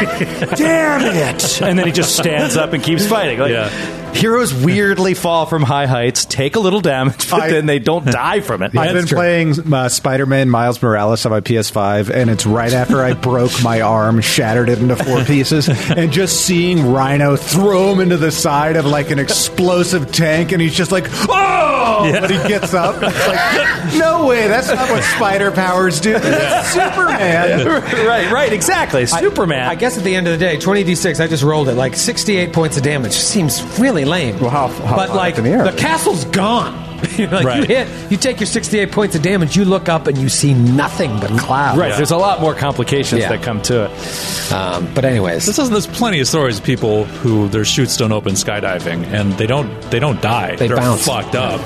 S3: damn it. And then he just stands up and keeps fighting. Like,
S7: Yeah.
S3: Heroes weirdly fall from high heights, take a little damage, but
S10: I-
S3: then they don't die from it.
S10: I've been playing uh, Spider-Man Miles Morales on my PS5, and it's right after I broke my arm, shattered it into four pieces, and just seeing Rhino throw him into the side of like an explosive tank, and he's just like, "Oh!" But he gets up. It's like, no way, that's not what spider powers do. That's Superman.
S3: <laughs> right, right, exactly. Superman.
S12: I guess at the end of the day, 20d6, I just rolled it like 68 points of damage. Seems really lame.
S6: Well, how- how
S12: but
S6: far
S12: like,
S6: up in the air?
S12: the castle's gone. <laughs> You're like, You
S3: Right.
S12: hit, you take your 68 points of damage, you look up and you see nothing but clouds.
S3: right, there's a lot more complications
S12: Yeah.
S3: that come to it.
S12: Um, but, anyways.
S7: This is there's plenty of stories of people who their chutes don't open skydiving and they don't they don't die.
S12: They
S7: are
S12: bounce.
S7: fucked up,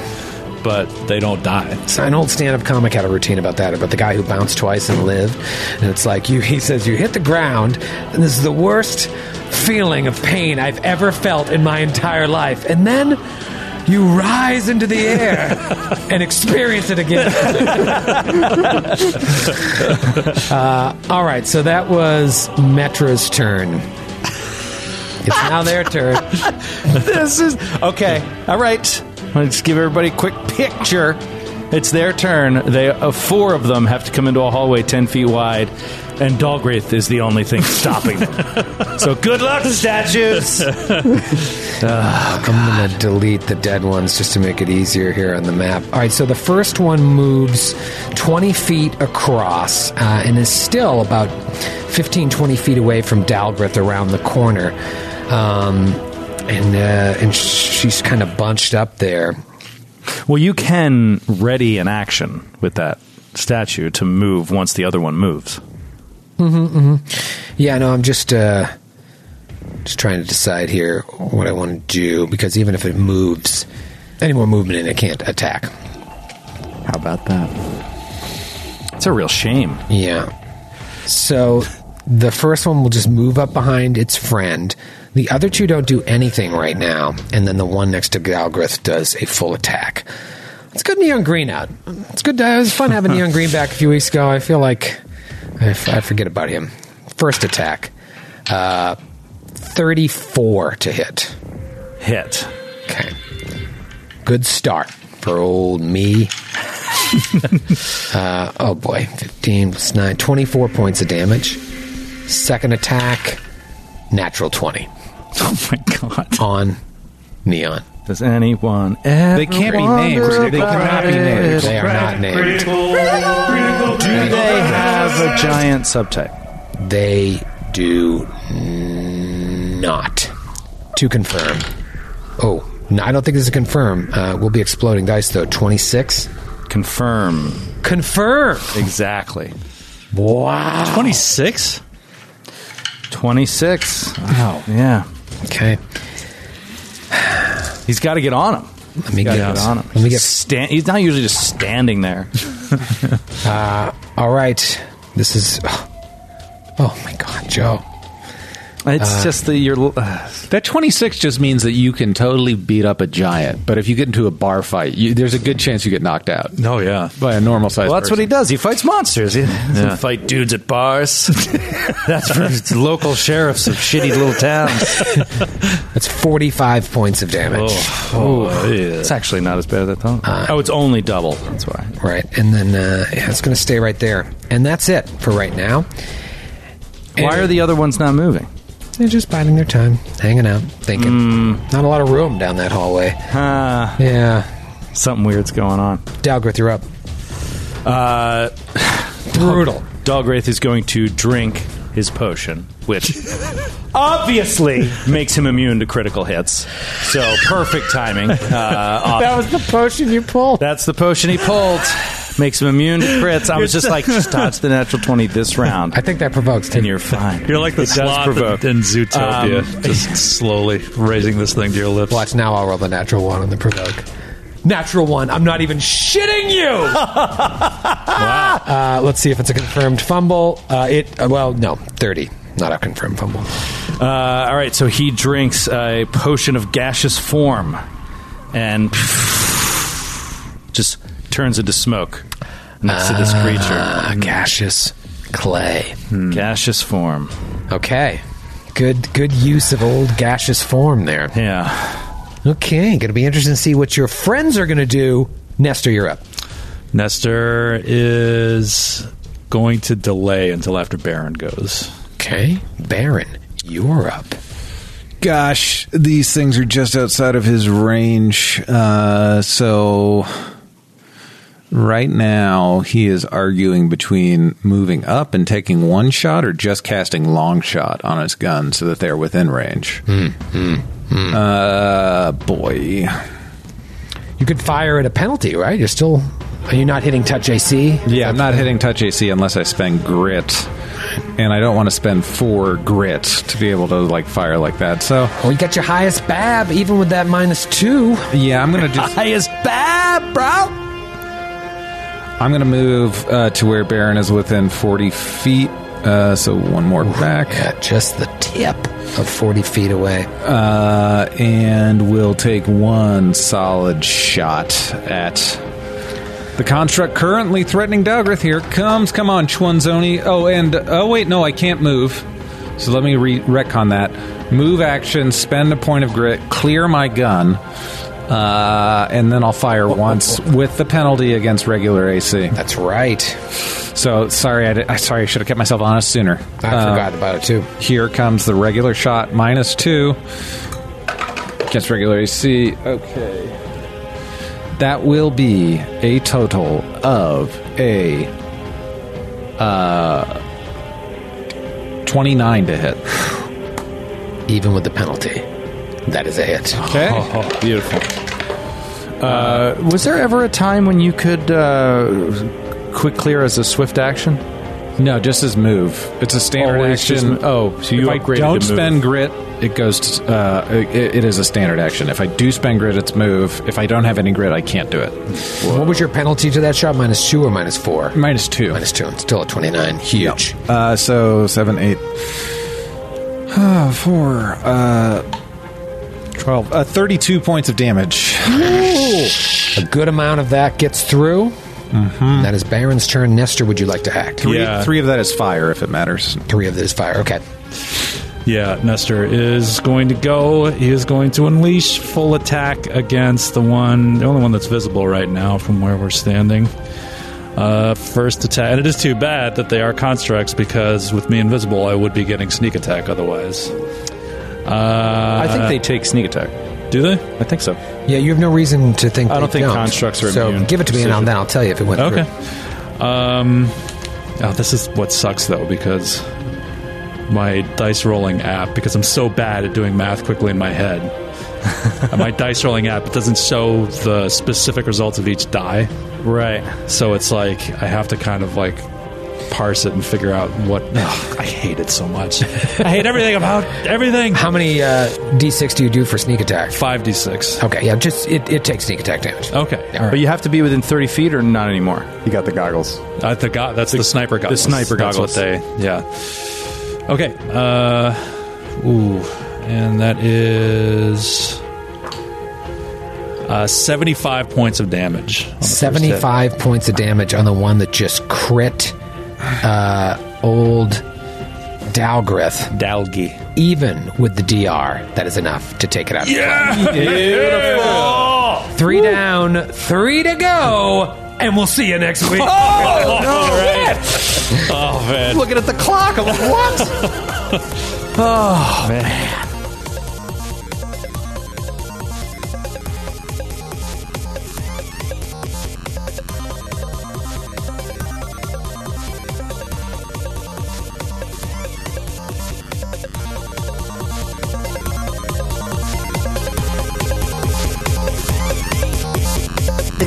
S7: but they don't die.
S12: an old stand-up comic had a routine about that about the guy who bounced twice and lived and it's like you <laughs> he says you hit the ground and this is the worst feeling of pain i've ever felt in my entire life and then you rise into the air and experience it again uh, all right so that was metra's turn it's now their turn
S3: this is okay. All right, let's give everybody a quick picture. It's their turn. They uh, four of them have to come into a hallway ten feet wide, and Dalgraith is the only thing stopping <laughs> them. so good luck, statues.
S12: I'm going to delete the dead ones just to make it easier here on the map. All right, so the first one moves 20 feet across uh, and is still about 15, 20 feet away from Dalgrith around the corner. Um, and uh, and she's kind of bunched up there.
S3: <laughs> Well, you can ready an action with that statue to move once the other one moves.
S12: Yeah, no, I'm just uh, just trying to decide here what I want to do because even if it moves, any more movement and it can't attack.
S6: How about that?
S3: It's a real shame.
S12: Yeah. So the first one will just move up behind its friend. The other two don't do anything right now, and then the one next to Galgrith does a full attack. It's good Neon Green out. It's good. It was fun having Neon Green back a few weeks ago. I feel like I, f- I forget about him. First attack, uh, thirty-four to hit.
S3: Hit. <laughs>
S12: Okay, good start for old me. <laughs> Oh boy, 15 plus 9, 24 points of damage. Second attack, natural 20
S3: Oh my god.
S12: on Neon.
S3: Does anyone ever
S10: They can't be named. They cannot be named.
S12: They are not named.
S3: Do they have a giant subtype?
S12: They do not. To confirm. Oh, no, I don't think this is a confirm. Uh, we'll be exploding dice though. 26.
S3: Confirm.
S12: Confirm!
S3: Exactly.
S12: Wow.
S7: Twenty six.
S3: 26. Wow. Yeah.
S12: Okay.
S3: He's got to get on him.
S12: Let me
S3: Got
S12: get,
S3: to get on him.
S12: Let me get
S3: Stan- he's not usually just standing there.
S4: oh
S12: All right. This is. Oh, my God, Joe.
S3: It's just that you're. Uh,
S10: That 26 just means that you can totally beat up a giant, but if you get into a bar fight, you, there's a good chance you get knocked out
S7: Oh yeah.
S10: by a normal sized
S3: well, that's what he does. He fights monsters. He doesn't fight dudes at bars. <laughs> that's for local sheriffs of shitty little towns.
S4: That's 45 points of damage.
S3: Oh. It's actually not as bad as I thought. oh, it's only double. That's why.
S4: Right. And then uh, yeah, it's going to stay right there. And that's it for right now.
S3: Why are the other ones not moving?
S4: They're just biding their time, hanging out, thinking.
S3: Hmm.
S4: Not a lot of room down that hallway.
S3: Ah,
S4: Yeah.
S3: something weird's going on.
S4: Dalgrith, you're up.
S3: Uh,
S4: Brutal.
S3: Dalgraith is going to drink his potion, which <laughs> obviously makes him immune to critical hits. So perfect timing.
S15: <laughs>
S3: Uh, off-
S15: That was the potion you pulled.
S3: That's the potion he pulled. Makes him immune to crits. I was just
S15: <laughs>
S3: like, just dodge the natural 20 this round.
S4: I think that provokes
S3: and
S4: ten.
S3: you're fine.
S7: You're like the
S3: It does
S7: sloth
S3: provoke.
S7: in, in <laughs> Zootopia,
S3: Um,
S7: <laughs> just slowly raising this thing to your lips.
S4: Watch now. I'll roll the natural one on the provoke. Natural one. I'm not even shitting <laughs> you. Uh, let's see if it's a confirmed fumble. Uh, it uh, well, no, thirty. Not a confirmed fumble.
S3: Uh, all right, so he drinks a potion of gaseous form and just turns into smoke next to this
S4: Ah,
S3: creature.
S4: gaseous clay.
S3: Gaseous form.
S4: Okay. Good, good use of old gaseous form there.
S3: Yeah.
S4: Okay, going to be interesting to see what your friends are going to do. Nestor, you're up.
S7: Nestor is going to delay until after Baron goes.
S4: Okay, Baron, you're up.
S10: Gosh, these things are just outside of his range. Uh, so right now he is arguing between moving up and taking one shot or just casting long shot on his gun so that they're within range. Uh, boy.
S4: You could fire at a penalty, right? You're still. Are you not hitting touch AC?
S10: Yeah, I'm not hitting touch AC unless I spend grit. And I don't want to spend four grit to be able to like fire like that. So
S4: Well, Oh, you got your highest BAB, even with that minus two.
S10: yeah, I'm gonna
S3: <laughs>
S10: just
S3: Highest bad, bro.
S10: I'm going to move uh, to where Baron is within 40 feet. Uh, so one more back.
S4: Yeah, just the tip of 40 feet away.
S10: Uh, and we'll take one solid shot at the construct currently threatening Dalgrith. Here it comes. Come on, Chwanzoni. Oh, and. Oh, wait, no, I can't move. So let me re- retcon that. Move action, spend a point of grit, clear my gun, uh, and then I'll fire once with the penalty against regular AC.
S4: That's right.
S10: So sorry, I, did, I sorry I should have kept myself honest sooner.
S4: I
S10: Uh,
S4: forgot about it, too.
S10: Here comes the regular shot minus two against regular AC. Okay, that will be a total of a uh, twenty nine to hit.
S4: Even with the penalty, that is a hit.
S10: Okay,
S3: Beautiful. Uh, was there ever a time when you could uh, quick clear as a swift action?
S10: <laughs> no, just his move. It's a standard
S3: Always just
S10: action.
S3: mo- oh, so you
S10: if I
S3: upgraded
S10: don't
S3: to move.
S10: spend grit. It goes. To, uh, it, it is a standard action. If I do spend grit, it's move. If I don't have any grit, I can't do it.
S4: What was your penalty to that shot? Minus two or minus four?
S10: Minus two.
S4: Minus two. It's still at 29. Huge.
S10: Uh, so seven, eight, uh, four, uh, twelve, uh, thirty-two points of damage.
S4: A good amount of that gets through. That is Baron's turn. Nestor, would you like to act?
S10: Three, three of that is fire, if it matters.
S3: Uh,
S4: Three of those fire. Okay.
S7: Yeah, Nestor is going to go. He is going to unleash full attack against the one, the only one that's visible right now from where we're standing. Uh, first attack, and it is too bad that they are constructs because with me invisible, I would be getting sneak attack otherwise. Uh,
S3: I think they take sneak attack.
S7: do they.
S3: I think so.
S4: Yeah, you have no reason to think.
S3: I don't
S4: they
S3: think constructs are
S4: So
S3: immune
S4: give it to me, and I'll, then I'll tell you if it went
S7: Okay.
S4: through.
S7: Um, oh, this is what sucks though because my dice rolling app because I'm so bad at doing math quickly in my head. <laughs> my dice rolling app it doesn't show the specific results of each die,
S3: Right.
S7: so it's like I have to kind of like parse it and figure out what. Ugh, I hate it so much. <laughs> I hate everything about everything.
S4: How many uh, d6 do you do for sneak attack?
S7: Five d six.
S4: Okay, yeah, just it, it takes sneak attack damage.
S7: Okay,
S4: Yeah.
S3: But you have to be within 30 feet or not anymore?
S6: You got the goggles.
S7: I forgot. That's the, sniper goggles.
S3: sniper
S7: That's
S3: goggles.
S7: what they. Yeah. Okay. Uh, Ooh, and that is uh, 75 points of damage. on the first hit.
S4: 75 points of damage on the one that just crit uh, old Dalgrith.
S7: Dalgi.
S4: Even with the DR, that is enough to take it out.
S7: Yeah!
S4: Three down, three to go, and we'll see you next week.
S7: Oh, no! Oh, man.
S2: Looking at the clock, I'm like, what?
S16: The